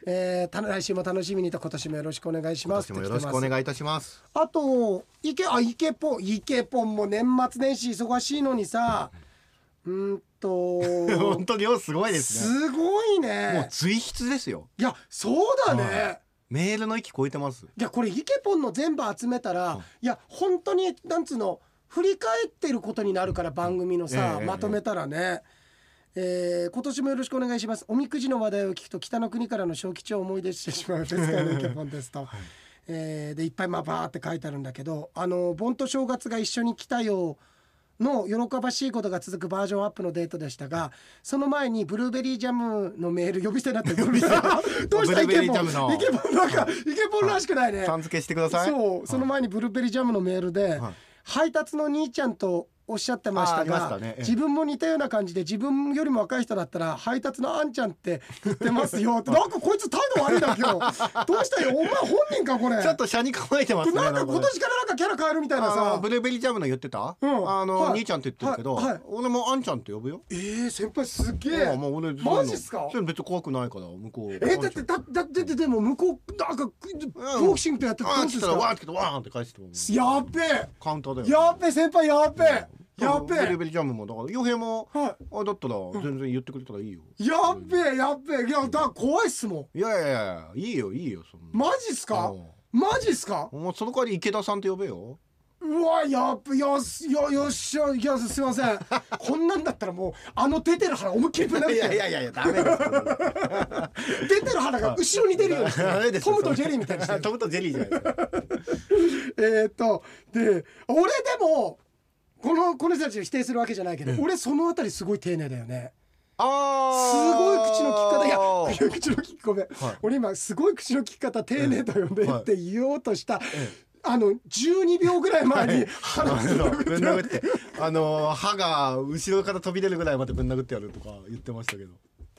[SPEAKER 1] えーた来週も楽しみにと今年もよろしくお願いし
[SPEAKER 2] 今
[SPEAKER 1] ます
[SPEAKER 2] 年もよろしくお
[SPEAKER 1] い
[SPEAKER 2] 願いいたし ます
[SPEAKER 1] あと池あ池ポン池ポンも年末年始忙しいのにさうーん と
[SPEAKER 2] 本当に量すごいですね
[SPEAKER 1] すごい
[SPEAKER 2] もう
[SPEAKER 1] ね
[SPEAKER 2] 随筆ですよ
[SPEAKER 1] いやそうだね、
[SPEAKER 2] はいメールの域超えてます
[SPEAKER 1] いやこれイケポンの全部集めたら、いや本当になんつうの振り返ってることになるから番組のさ、
[SPEAKER 2] ええ
[SPEAKER 1] まとめたらね、えー今年もよろしくお願いしますおみくじの話題を聞くと北の国からの小吉を思い出してしまうですから ねイケポンですと、えーでいっぱいまあバーって書いてあるんだけど「あの盆と正月が一緒に来たよ」の喜ばしいことが続くバージョンアップのデートでしたがその前にブルーベリージャムのメール呼び捨てになってるどうしたイ
[SPEAKER 2] ブル
[SPEAKER 1] ケ
[SPEAKER 2] ーベリー
[SPEAKER 1] ポ
[SPEAKER 2] ジ
[SPEAKER 1] ン
[SPEAKER 2] ャムの
[SPEAKER 1] イケポン なんかイケポンらしくないね
[SPEAKER 2] さん付けしてください
[SPEAKER 1] そうその前にブルーベリージャムのメールで、
[SPEAKER 2] はい
[SPEAKER 1] 配達の兄ちゃんとおっしゃってました
[SPEAKER 2] あーありま
[SPEAKER 1] が
[SPEAKER 2] したねええ
[SPEAKER 1] 自分も似たような感じで自分よりも若い人だったら配達のあんちゃんって言ってますよ ってなんかこいつ態度悪いな今日どうしたよお前本人かこれ
[SPEAKER 2] ちょっと車に構えてますね
[SPEAKER 1] なんか
[SPEAKER 2] これ
[SPEAKER 1] 今年からなんかキャラ変えるみたいな
[SPEAKER 2] あの
[SPEAKER 1] さ
[SPEAKER 2] ブルーベリージャムの言ってた、
[SPEAKER 1] うん
[SPEAKER 2] あの、
[SPEAKER 1] はい
[SPEAKER 2] 兄ちゃんって言ってるけど、
[SPEAKER 1] はいはい
[SPEAKER 2] 俺もあんちゃんって呼ぶよ
[SPEAKER 1] えー、先輩すげ
[SPEAKER 2] あ
[SPEAKER 1] え
[SPEAKER 2] あもう俺
[SPEAKER 1] マジっすか
[SPEAKER 2] そういうの別に怖くないから向こう
[SPEAKER 1] えだってだだだってでも向こうなんかボクシングとやって
[SPEAKER 2] あ
[SPEAKER 1] た
[SPEAKER 2] ー
[SPEAKER 1] ど
[SPEAKER 2] っ
[SPEAKER 1] う
[SPEAKER 2] つ
[SPEAKER 1] す
[SPEAKER 2] っ
[SPEAKER 1] る
[SPEAKER 2] た
[SPEAKER 1] ん
[SPEAKER 2] ら
[SPEAKER 1] です
[SPEAKER 2] わー
[SPEAKER 1] か
[SPEAKER 2] って来てわーって返してくる
[SPEAKER 1] やっべえ
[SPEAKER 2] カウンターだよ
[SPEAKER 1] やっべえ先輩やっべえやっべ
[SPEAKER 2] ブルー
[SPEAKER 1] え
[SPEAKER 2] ベリージャムもだから洋平も
[SPEAKER 1] は
[SPEAKER 2] あだったら全然言ってくれたらいいよ、
[SPEAKER 1] いやっべえやっべえいやだから怖いっすもん
[SPEAKER 2] いやいやいやいいよいいよそんな
[SPEAKER 1] マジっすか
[SPEAKER 2] うん
[SPEAKER 1] マジっすか
[SPEAKER 2] もうその代わり池田さんって呼べよ
[SPEAKER 1] うわやっべよしよよっしゃいやすいません こんなんだったらもうあの出てる腹思いっきりぶん殴って
[SPEAKER 2] やいやい やダメです
[SPEAKER 1] 出てる腹が後ろに出るよう にし
[SPEAKER 2] ダメで
[SPEAKER 1] て
[SPEAKER 2] すよ
[SPEAKER 1] トムとジェリーみたいに して
[SPEAKER 2] トムとジェリーじゃないですか
[SPEAKER 1] えーっとで俺でもこのこの人たちを否定するわけじゃないけど、俺そのあたりすごい丁寧だよねすごい
[SPEAKER 2] あー
[SPEAKER 1] 口の利き方いや口の利きごめん、
[SPEAKER 2] はい
[SPEAKER 1] 俺今すごい口の利き方丁寧だよね
[SPEAKER 2] はい
[SPEAKER 1] って言おうとした、あの12秒ぐらい前に話す
[SPEAKER 2] あ
[SPEAKER 1] の
[SPEAKER 2] のぶん殴って あの歯が後ろから飛び出るぐらいまでぶん殴ってやるとか言ってましたけど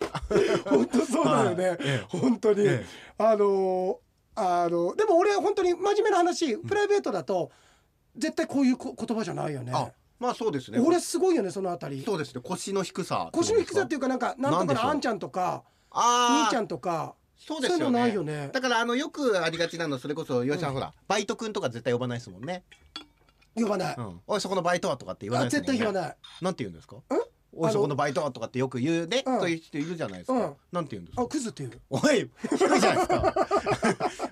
[SPEAKER 1] 本当そうだよね、
[SPEAKER 2] はいええ
[SPEAKER 1] 本当に、
[SPEAKER 2] ええ
[SPEAKER 1] あのあのでも俺本当に真面目な話プライベートだと絶対こういうこ言葉じゃないよね
[SPEAKER 2] あまあそうですね
[SPEAKER 1] 俺すごいよねそのあたり
[SPEAKER 2] そうですね腰の低さ
[SPEAKER 1] 腰の低さって
[SPEAKER 2] い
[SPEAKER 1] い
[SPEAKER 2] う
[SPEAKER 1] うかなんかなんとかのあんちゃんとか
[SPEAKER 2] ああ
[SPEAKER 1] 兄ちゃんとかそ
[SPEAKER 2] そう
[SPEAKER 1] う
[SPEAKER 2] です
[SPEAKER 1] いう
[SPEAKER 2] よ
[SPEAKER 1] の
[SPEAKER 2] ね
[SPEAKER 1] ないよね
[SPEAKER 2] だからあのよくありがちなのそれこそよしさん、ほらバイトくんとか絶対呼ばないですもんね、
[SPEAKER 1] 呼ばない、
[SPEAKER 2] うん、おいそこのバイトはとかって言わな
[SPEAKER 1] あ
[SPEAKER 2] いですも
[SPEAKER 1] 絶
[SPEAKER 2] ん
[SPEAKER 1] 対
[SPEAKER 2] ね
[SPEAKER 1] 言わない
[SPEAKER 2] なんて言うんですかおいそこのバイトはとかってよく言うね、
[SPEAKER 1] うん
[SPEAKER 2] という人いるじゃないですか、
[SPEAKER 1] うん
[SPEAKER 2] なんて言うんですか
[SPEAKER 1] あクズっていう
[SPEAKER 2] おい低いじゃないですか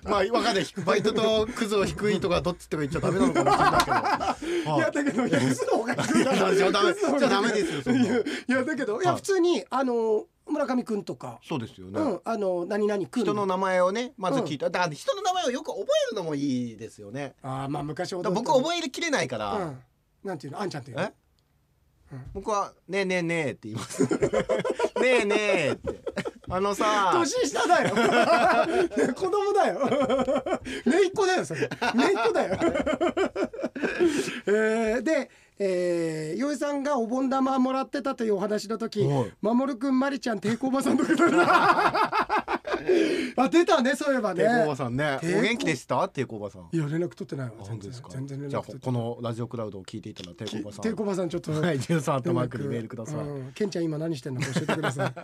[SPEAKER 2] まあわかんないバイトとクズを低いとかどっちとか言っちゃダメなのかもしれないけど
[SPEAKER 1] いやだけどいやクズの方が低いだろ
[SPEAKER 2] いやじゃあダメ
[SPEAKER 1] クズの方が低い
[SPEAKER 2] じゃあダメですよそんない
[SPEAKER 1] やいやだけどいや
[SPEAKER 2] はい
[SPEAKER 1] 普通にあの村上くんとか
[SPEAKER 2] そうですよね、
[SPEAKER 1] うんあの何々くん
[SPEAKER 2] 人の名前をねまず聞いた、だから人の名前をよく覚えるのもいいですよね
[SPEAKER 1] あーまあ昔ほ
[SPEAKER 2] だから僕覚えきれないから、
[SPEAKER 1] うんなんていうのあんちゃんっていうの
[SPEAKER 2] え僕は「ねえねえねえ」って言います「 ねえねえ」ってあのさ
[SPEAKER 1] 年下だ よね子供だよ姪っ子だよそれ姪っ子 だよえーでえー、よいさんがお盆玉もらってたというお話の時
[SPEAKER 2] はい
[SPEAKER 1] まもるくんまりちゃん抵抗おばさんのこと だ あ出たねそういえばね
[SPEAKER 2] てこおばさんね
[SPEAKER 1] てこ
[SPEAKER 2] お元気でしたてこおばさん
[SPEAKER 1] いや連絡取ってないわ
[SPEAKER 2] あ本当ですか
[SPEAKER 1] 全然連
[SPEAKER 2] じゃあ
[SPEAKER 1] 絡取
[SPEAKER 2] こ
[SPEAKER 1] って
[SPEAKER 2] このラジオクラウドを聞いていたらてこおばさん
[SPEAKER 1] 抵抗おばさんちょっと
[SPEAKER 2] はい13アット
[SPEAKER 1] う
[SPEAKER 2] マー
[SPEAKER 1] ま
[SPEAKER 2] ク
[SPEAKER 1] く
[SPEAKER 2] にメールください、
[SPEAKER 1] うんケンちゃん今何してんのか教えてください。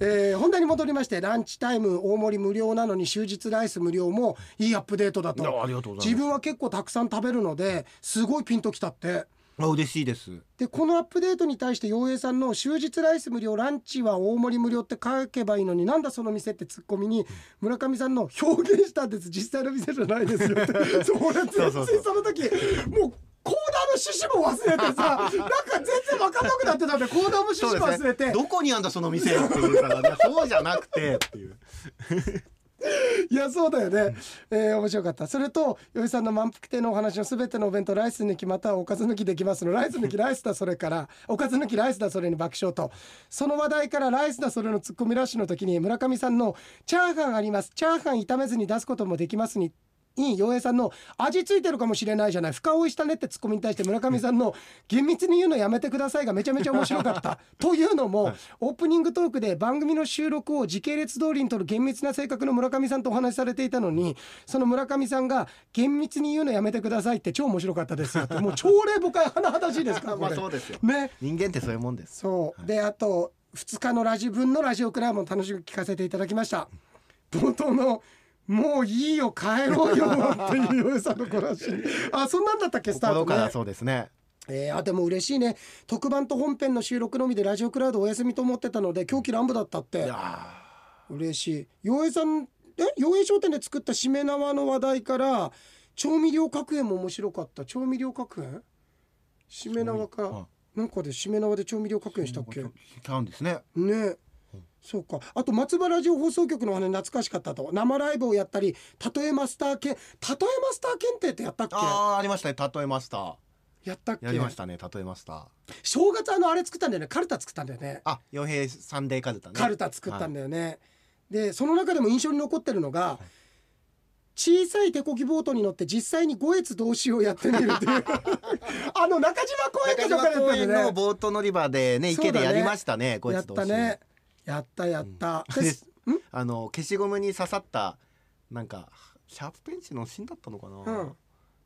[SPEAKER 1] えー本題に戻りましてランチタイム大盛り無料なのに終日ライス無料もいいアップデートだと
[SPEAKER 2] あありがとうござい
[SPEAKER 1] 自
[SPEAKER 2] ます
[SPEAKER 1] 分は結構たくさん食べるのですごいピンときたって
[SPEAKER 2] あ嬉しいです
[SPEAKER 1] でこのアップデートに対して陽平さんの「終日ライス無料ランチは大盛り無料」って書けばいいのになんだその店ってツッコミに村上さんの「表現したんです実際の店じゃないですよ」って そう俺
[SPEAKER 2] そう
[SPEAKER 1] 全
[SPEAKER 2] そう
[SPEAKER 1] 然その時もうコーナーの趣旨も忘れてさなんか全然分かんなくなってたんでコーナーの趣旨も忘れて、
[SPEAKER 2] どこにあんだその店っていう からねそうじゃなくてっていう
[SPEAKER 1] いやそうだよね、えー面白かったそれとよいさんの満腹亭のお話のすべてのお弁当ライス抜きまたはおかず抜きできますのライス抜きライスだそれからおかず抜きライスだそれに爆笑とその話題からライスだそれのツッコミラッシュの時に村上さんの「チャーハンありますチャーハン炒めずに出すこともできますに」に洋平さんの「味ついてるかもしれないじゃない深追いしたね」ってツッコミに対して村上さんの「厳密に言うのやめてください」がめちゃめちゃ面白か った。というのもオープニングトークで番組の収録を時系列通りにとる厳密な性格の村上さんとお話しされていたのにその村上さんが「厳密に言うのやめてください」って超面白かったですよってもう朝礼誤解甚だしいですから
[SPEAKER 2] ま
[SPEAKER 1] こ
[SPEAKER 2] あ
[SPEAKER 1] れ
[SPEAKER 2] そうですよ
[SPEAKER 1] ね
[SPEAKER 2] 人間ってそういうもんです
[SPEAKER 1] そう、であと2日のラジ分のラジオクラブも楽しく聞かせていただきました冒頭の「もういいよ帰ろうよ」っていうようさんの子 らしいあそんなんだったっけスター
[SPEAKER 2] 心
[SPEAKER 1] ト
[SPEAKER 2] から
[SPEAKER 1] ね
[SPEAKER 2] そうですね
[SPEAKER 1] えーあでも嬉しいね特番と本編の収録のみでラジオクラウドお休みと思ってたので狂気乱舞だったっ
[SPEAKER 2] い
[SPEAKER 1] て
[SPEAKER 2] や
[SPEAKER 1] 嬉しい洋平さんえ洋平商店で作ったしめ縄の話題から調味料角園も面白かった調味料角園しめ縄か、
[SPEAKER 2] うん
[SPEAKER 1] なんかでしめ縄で調味料角園
[SPEAKER 2] ー
[SPEAKER 1] したっけ
[SPEAKER 2] ちゃうんですね
[SPEAKER 1] ね、そうかあと松葉ラジオ放送局のあれ懐かしかったと生ライブをやったり「たとえマスター検たとえマスター検定」ってやったっけ
[SPEAKER 2] ああありましたね例えました
[SPEAKER 1] やったっけ
[SPEAKER 2] やりましたね例えました
[SPEAKER 1] 正月あのあれ作ったんだよねカルタ作ったんだよね
[SPEAKER 2] あ洋平サンデーカルタね
[SPEAKER 1] カルタ作ったんだよね、でその中でも印象に残ってるのが、小さい手こぎボートに乗って実際に五越同士をやってみるって いうあの中島公園
[SPEAKER 2] 中
[SPEAKER 1] とか
[SPEAKER 2] 島
[SPEAKER 1] からやっ
[SPEAKER 2] 公
[SPEAKER 1] たよ
[SPEAKER 2] 園の
[SPEAKER 1] ね
[SPEAKER 2] ボート乗り場でね
[SPEAKER 1] そう
[SPEAKER 2] 池
[SPEAKER 1] だ
[SPEAKER 2] で
[SPEAKER 1] ね
[SPEAKER 2] やりましたねこい
[SPEAKER 1] や
[SPEAKER 2] つ
[SPEAKER 1] っ
[SPEAKER 2] 同
[SPEAKER 1] た
[SPEAKER 2] 士
[SPEAKER 1] ねやったやった、
[SPEAKER 2] う
[SPEAKER 1] で
[SPEAKER 2] んですあの消しゴムに刺さったなんかシャープペンチの芯だったのかな、
[SPEAKER 1] うんうん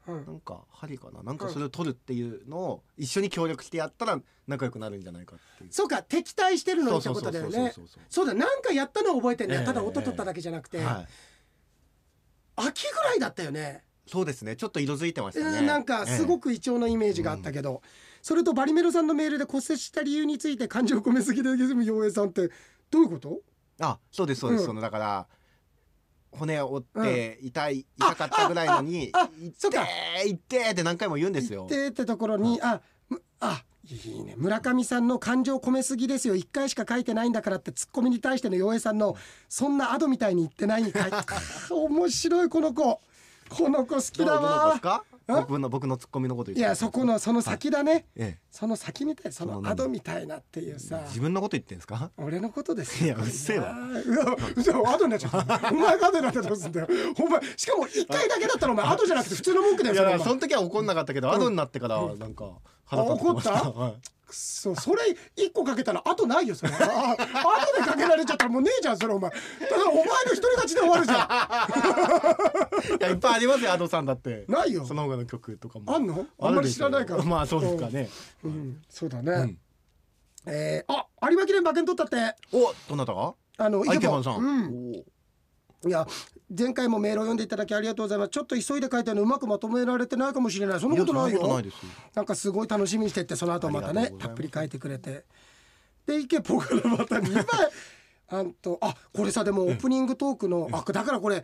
[SPEAKER 2] なんか針かななんかそれを取るっていうのを一緒に協力してやったら仲良くなるんじゃないかっていう
[SPEAKER 1] そうか敵対してるのにってことだよね
[SPEAKER 2] そうそう
[SPEAKER 1] そうだなんかやったのは覚えてんだよ、
[SPEAKER 2] ええ
[SPEAKER 1] ただ音取っただけじゃなくて、
[SPEAKER 2] はい
[SPEAKER 1] 秋ぐらいだったよね
[SPEAKER 2] そうですねちょっと色づいてまし
[SPEAKER 1] う
[SPEAKER 2] たね、
[SPEAKER 1] んなんかすご
[SPEAKER 2] く、
[SPEAKER 1] くイチョウのイメージがあったけど、それとバリメロさんのメールで骨折した理由について感情を込めすぎで泉洋平さんってどういうこと
[SPEAKER 2] あそうですそうです、
[SPEAKER 1] うん
[SPEAKER 2] そのだから骨を折って痛い、痛かったぐらいのに
[SPEAKER 1] あああ
[SPEAKER 2] 「痛
[SPEAKER 1] そうか
[SPEAKER 2] え痛え」って何回も言うんですよ
[SPEAKER 1] でってところに、あむあいいね村上さんの感情込めすぎですよ1回しか書いてないんだからってツッコミに対しての洋平さんのそんなアドみたいに言って ないに書いて面白いこの子この子好き
[SPEAKER 2] どう
[SPEAKER 1] だ
[SPEAKER 2] どうです
[SPEAKER 1] わ
[SPEAKER 2] か
[SPEAKER 1] うん
[SPEAKER 2] 僕の僕のツッコミのこと言っ
[SPEAKER 1] い
[SPEAKER 2] て
[SPEAKER 1] やそこのその先だね、
[SPEAKER 2] え
[SPEAKER 1] その先みたいそ
[SPEAKER 2] そ
[SPEAKER 1] の
[SPEAKER 2] うなん
[SPEAKER 1] ア
[SPEAKER 2] だ
[SPEAKER 1] ドみたいなっていう
[SPEAKER 2] え
[SPEAKER 1] さ
[SPEAKER 2] 自分のこと言ってんですか
[SPEAKER 1] 俺のことですよ
[SPEAKER 2] いやうっせえわ
[SPEAKER 1] うわじゃあアドになっちゃったお前がアドになったらどうすんだよお前しかも一回だけだったらお前アドじゃなくて普通の文句だ
[SPEAKER 2] い
[SPEAKER 1] よそれお
[SPEAKER 2] やだから
[SPEAKER 1] 前
[SPEAKER 2] その時は怒んなかったけど、後になってからなんか腹立ってました
[SPEAKER 1] あ怒
[SPEAKER 2] はい
[SPEAKER 1] くそそれ一個かけたら後ないよそれああ後でかけられちゃったらもうねえじゃんそれお前だからお前の一人勝ちで終わるじゃ
[SPEAKER 2] いやいっぱいありますよアドさんだって
[SPEAKER 1] んないよ
[SPEAKER 2] その他の曲とかも
[SPEAKER 1] あんの
[SPEAKER 2] る
[SPEAKER 1] あんまり
[SPEAKER 2] でしょ
[SPEAKER 1] 知らないから
[SPEAKER 2] まあそうですかね、
[SPEAKER 1] うんそうだね、
[SPEAKER 2] うん
[SPEAKER 1] えー、あ有馬記念馬券取ったって
[SPEAKER 2] おどなたが
[SPEAKER 1] あの
[SPEAKER 2] アイ
[SPEAKER 1] イケ
[SPEAKER 2] ケ
[SPEAKER 1] ボ
[SPEAKER 2] ボンさん、
[SPEAKER 1] うん
[SPEAKER 2] おー
[SPEAKER 1] いや前回もメールを読んでいただきありがとうございますちょっと急いで書いたのうまくまとめられてないかもしれないそんなことないよ
[SPEAKER 2] そんなことないですよ
[SPEAKER 1] なんかすごい楽しみにしてってその後また
[SPEAKER 2] ありが
[SPEAKER 1] ね
[SPEAKER 2] とうござ
[SPEAKER 1] た
[SPEAKER 2] いま
[SPEAKER 1] っぷ
[SPEAKER 2] す
[SPEAKER 1] り書いてくれてでイケポからまた2倍あんとあこれさでもオープニングトークのあだからこれ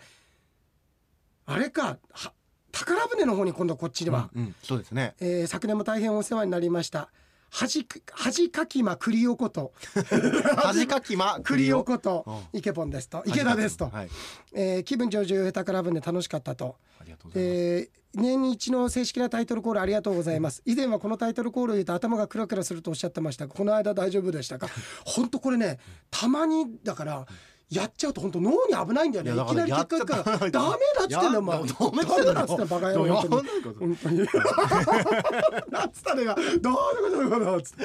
[SPEAKER 1] あれかは宝船の方に今度こっちでは、
[SPEAKER 2] うんうんそうで すね
[SPEAKER 1] えー昨年も大変お世話になりました恥か恥かきま栗横と
[SPEAKER 2] 恥かきま
[SPEAKER 1] 栗
[SPEAKER 2] を
[SPEAKER 1] 横と
[SPEAKER 2] う
[SPEAKER 1] イケポンですと池田ですと、
[SPEAKER 2] はい
[SPEAKER 1] えー気分上々宝船楽しかったと。
[SPEAKER 2] ありがとうございます、
[SPEAKER 1] えー年一の正式なタイトルコールありがとうございます以前はこのタイトルコールを言うと頭がクラクラするとおっしゃってましたがこの間大丈夫でしたか本当これねたまにだからやっちゃうと本当脳に危ないんだよねい
[SPEAKER 2] いやだ
[SPEAKER 1] き
[SPEAKER 2] か
[SPEAKER 1] な
[SPEAKER 2] ら
[SPEAKER 1] り結果からダメだっつってんだよお前
[SPEAKER 2] や
[SPEAKER 1] ダ
[SPEAKER 2] だ
[SPEAKER 1] メだっつってんだよバカ野郎本当に
[SPEAKER 2] やんないこと
[SPEAKER 1] 本当になんつったの今どういうことだよつって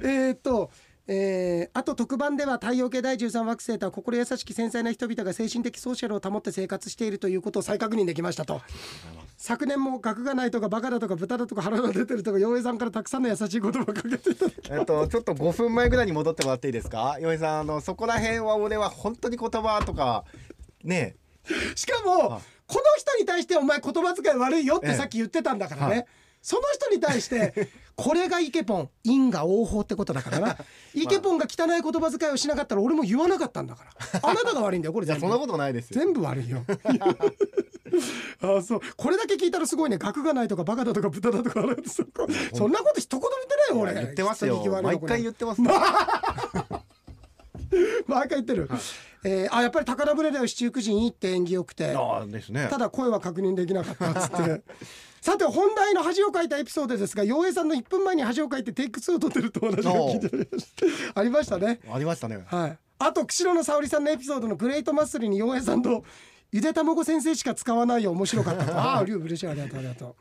[SPEAKER 1] えーっとえーあと特番では太陽系第13惑星とは心優しき繊細な人々が精神的ソーシャルを保って生活しているということを再確認できましたと昨年も額がないとかバカだとか豚だとか腹が出てるとか洋平さんからたくさんの優しい言葉をかけていただき
[SPEAKER 2] えっと、ちょっと5分前ぐらいに戻ってもらっていいですか洋平さんあのそこら辺は俺は本当に言葉とかね
[SPEAKER 1] しかも
[SPEAKER 2] あ
[SPEAKER 1] この人に対してお前言葉遣い悪いよって
[SPEAKER 2] ええ
[SPEAKER 1] さっき言ってたんだからね、
[SPEAKER 2] はい
[SPEAKER 1] その人に対して これがイケポン因果応報ってことだからなイケポンが汚い言葉遣いをしなかったら俺も言わなかったんだ からあなたが悪いんだよこれ
[SPEAKER 2] いや
[SPEAKER 1] 全部
[SPEAKER 2] そんなことないですよ
[SPEAKER 1] 全部悪い よあそうこれだけ聞いたらすごいね額がないとかバカだとか豚だとかあれそこそんなこと一言も言ってないよ俺
[SPEAKER 2] 言ってますよ
[SPEAKER 1] 人聞き悪い
[SPEAKER 2] 毎
[SPEAKER 1] これ
[SPEAKER 2] 回言ってますね
[SPEAKER 1] 毎回言ってる、えーあやっぱり宝船では七福神いいって縁起よくて
[SPEAKER 2] ああですね
[SPEAKER 1] ただ声は確認できなかったっつって さて本題の恥をかいたエピソードですが洋平さんの1分前に恥をかいてテイク2を撮ってるとお話が聞いておりましたありましたね
[SPEAKER 2] ありました ね
[SPEAKER 1] はいあと釧路の沙織さんのエピソードのグレートマッスルに洋平さんとゆで卵先生しか使わないよ面白かった とあありゅう嬉しいありがとうありがとう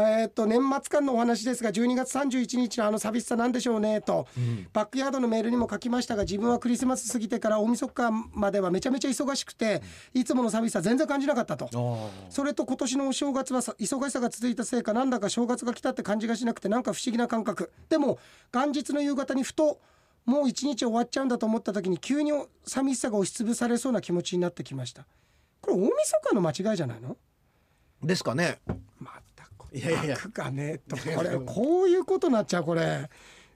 [SPEAKER 1] えーっと年末間のお話ですが12月31日のあの寂しさなんでしょうねと、バックヤードのメールにも書きましたが自分はクリスマス過ぎてから大晦日まではめちゃめちゃ忙しくて、いつもの寂しさ全然感じなかったと
[SPEAKER 2] あー
[SPEAKER 1] それと今年のお正月はさ忙しさが続いたせいかなんだか正月が来たって感じがしなくてなんか不思議な感覚でも元日の夕方にふともう一日終わっちゃうんだと思った時に急に寂しさが押しつぶされそうな気持ちになってきましたこれ大晦日の間違いじゃないの
[SPEAKER 2] ですかね
[SPEAKER 1] またこ
[SPEAKER 2] いやいやいや
[SPEAKER 1] 額がねとこれこういうことになっちゃうこれ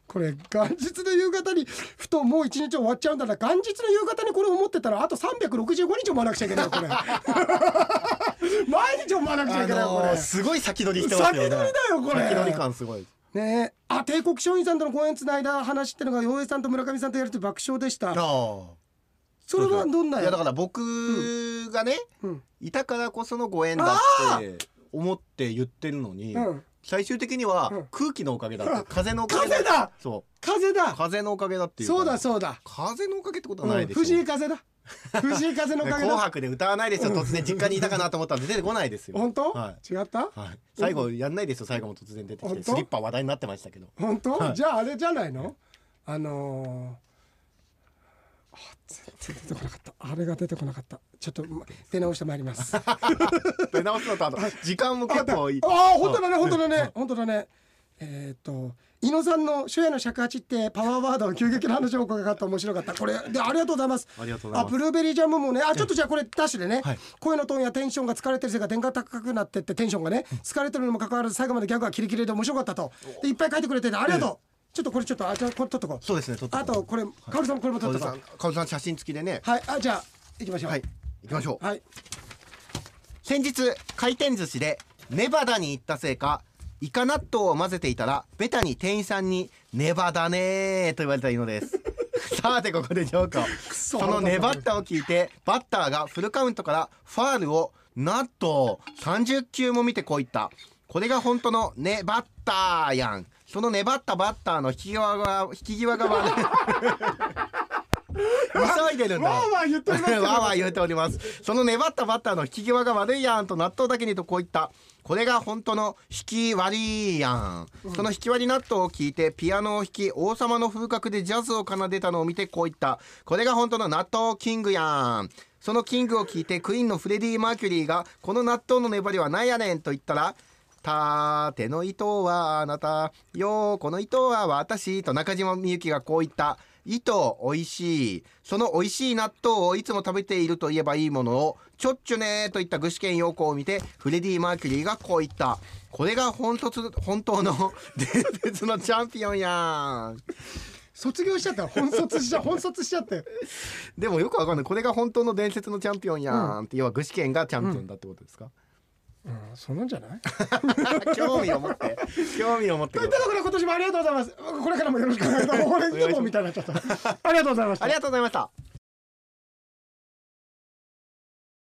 [SPEAKER 1] これ元日の夕方にふともう一日終わっちゃうんだな元日の夕方にこれ思ってたらあと365日思わなくちゃいけないよこれ 毎日思わなくちゃいけないよこれ、
[SPEAKER 2] ーすごい先取りしてますよね
[SPEAKER 1] 先取りだよこれ
[SPEAKER 2] 先取り感すごい
[SPEAKER 1] ねえあ帝国商品さんとの公演つないだ話ってのが洋平さんと村上さんとやると爆笑でした
[SPEAKER 2] あー
[SPEAKER 1] それはどんない
[SPEAKER 2] やだから僕がね、
[SPEAKER 1] うん
[SPEAKER 2] いたからこそのご縁だって思って言ってるのに、
[SPEAKER 1] うん
[SPEAKER 2] 最終的には
[SPEAKER 1] うん
[SPEAKER 2] 空気のおかげだって、風のおかげ
[SPEAKER 1] 風だ
[SPEAKER 2] そう
[SPEAKER 1] 風だ
[SPEAKER 2] 風のおかげだっていうか
[SPEAKER 1] そうだそうだ、
[SPEAKER 2] 風のおかげってことは
[SPEAKER 1] う
[SPEAKER 2] なんいでしょ、
[SPEAKER 1] 藤井風だ藤井風のおかげ
[SPEAKER 2] 紅
[SPEAKER 1] だ
[SPEAKER 2] 白で歌わないですよ突然実家にいたかなと思ったんで出てこないですよ
[SPEAKER 1] 本当、
[SPEAKER 2] は
[SPEAKER 1] 違った
[SPEAKER 2] い、はい、最後やんないですよ最後も突然出てき
[SPEAKER 1] 本
[SPEAKER 2] て
[SPEAKER 1] 当
[SPEAKER 2] スリッパ話題になってましたけど
[SPEAKER 1] 本当、
[SPEAKER 2] はい
[SPEAKER 1] じゃああれじゃないのあのーあ全然出てこなかったあれが出てこなかったちょっとま出直してまいりますあ
[SPEAKER 2] 出直すのとあと時間も結構いい
[SPEAKER 1] あ本当だね本当だね本当だねえっ、と伊野さんの初夜の尺八ってパワーワードの急激な話を伺った面白かったこれでありがとうございます
[SPEAKER 2] ありがとうござい
[SPEAKER 1] あ
[SPEAKER 2] ま
[SPEAKER 1] ブ
[SPEAKER 2] す
[SPEAKER 1] ルーベリージャムもねあちょっとじゃあこれダッシュでね、
[SPEAKER 2] はい
[SPEAKER 1] 声のトーンやテンションが疲れてるせいか電が高くなってってテンションがね疲れてるにもかかわらず最後までギャグがキレキレで面白かったとでいっぱい書いてくれててありがとう、ちょっとこれちょっとあじゃあこれ取っとこう
[SPEAKER 2] そうですね撮っとこ
[SPEAKER 1] あ
[SPEAKER 2] う
[SPEAKER 1] とこれカオルさんもこれも
[SPEAKER 2] カ
[SPEAKER 1] 取
[SPEAKER 2] オ
[SPEAKER 1] っ
[SPEAKER 2] ル
[SPEAKER 1] とこ
[SPEAKER 2] さんカオルさん写真付きでね
[SPEAKER 1] うはいあじゃあ行きましょう
[SPEAKER 2] はい行きましょう
[SPEAKER 1] はい
[SPEAKER 2] 先日回転寿司でネバダに行ったせいかイカ納豆を混ぜていたらベタに店員さんに「ネバだねー」と言われたいのです さてここでジョーカー
[SPEAKER 1] そ
[SPEAKER 2] その粘ったを聞いてバッターがフルカウントからファールをなんと30球も見てこう言ったこれが本当のネバッターやんその粘ったバッターの引き際が引き際が悪い 急いでるんだ
[SPEAKER 1] わーわー言っておりますけど
[SPEAKER 2] わーわー言っておりますその粘ったバッターの引き際が悪いやんと納豆だけにとこう言ったこれが本当の引き割りやん、その引き割り納豆を聞いてピアノを弾き王様の風格でジャズを奏でたのを見てこう言ったこれが本当の納豆キングやんそのキングを聞いてクイーンのフレディ・マーキュリーがこの納豆の粘りはなんやねんと言ったら縦の糸はあなた横の糸は私と中島みゆきがこう言った糸おいしいそのおいしい納豆をいつも食べていると言えばいいものをちょっちゅねーといった具志堅用子を見てフレディ・マーキュリーがこう言ったこれが本当つ本当の 伝説のチャンピオンやん
[SPEAKER 1] 卒業しちゃった本卒しちゃ本卒しちゃったよ
[SPEAKER 2] でもよくわかんないこれが本当の伝説のチャンピオンやんって、要は具志堅がチャンピオンだってことですか、
[SPEAKER 1] うんそうなんじゃない
[SPEAKER 2] 興味を持って興味を持って
[SPEAKER 1] と
[SPEAKER 2] く
[SPEAKER 1] いっ
[SPEAKER 2] だ
[SPEAKER 1] たと
[SPEAKER 2] さい
[SPEAKER 1] ころ で今年もありがとうございますこれからもよろしくお願いします俺いつもみたいになっちゃったありがとうございました
[SPEAKER 2] ありがとうございました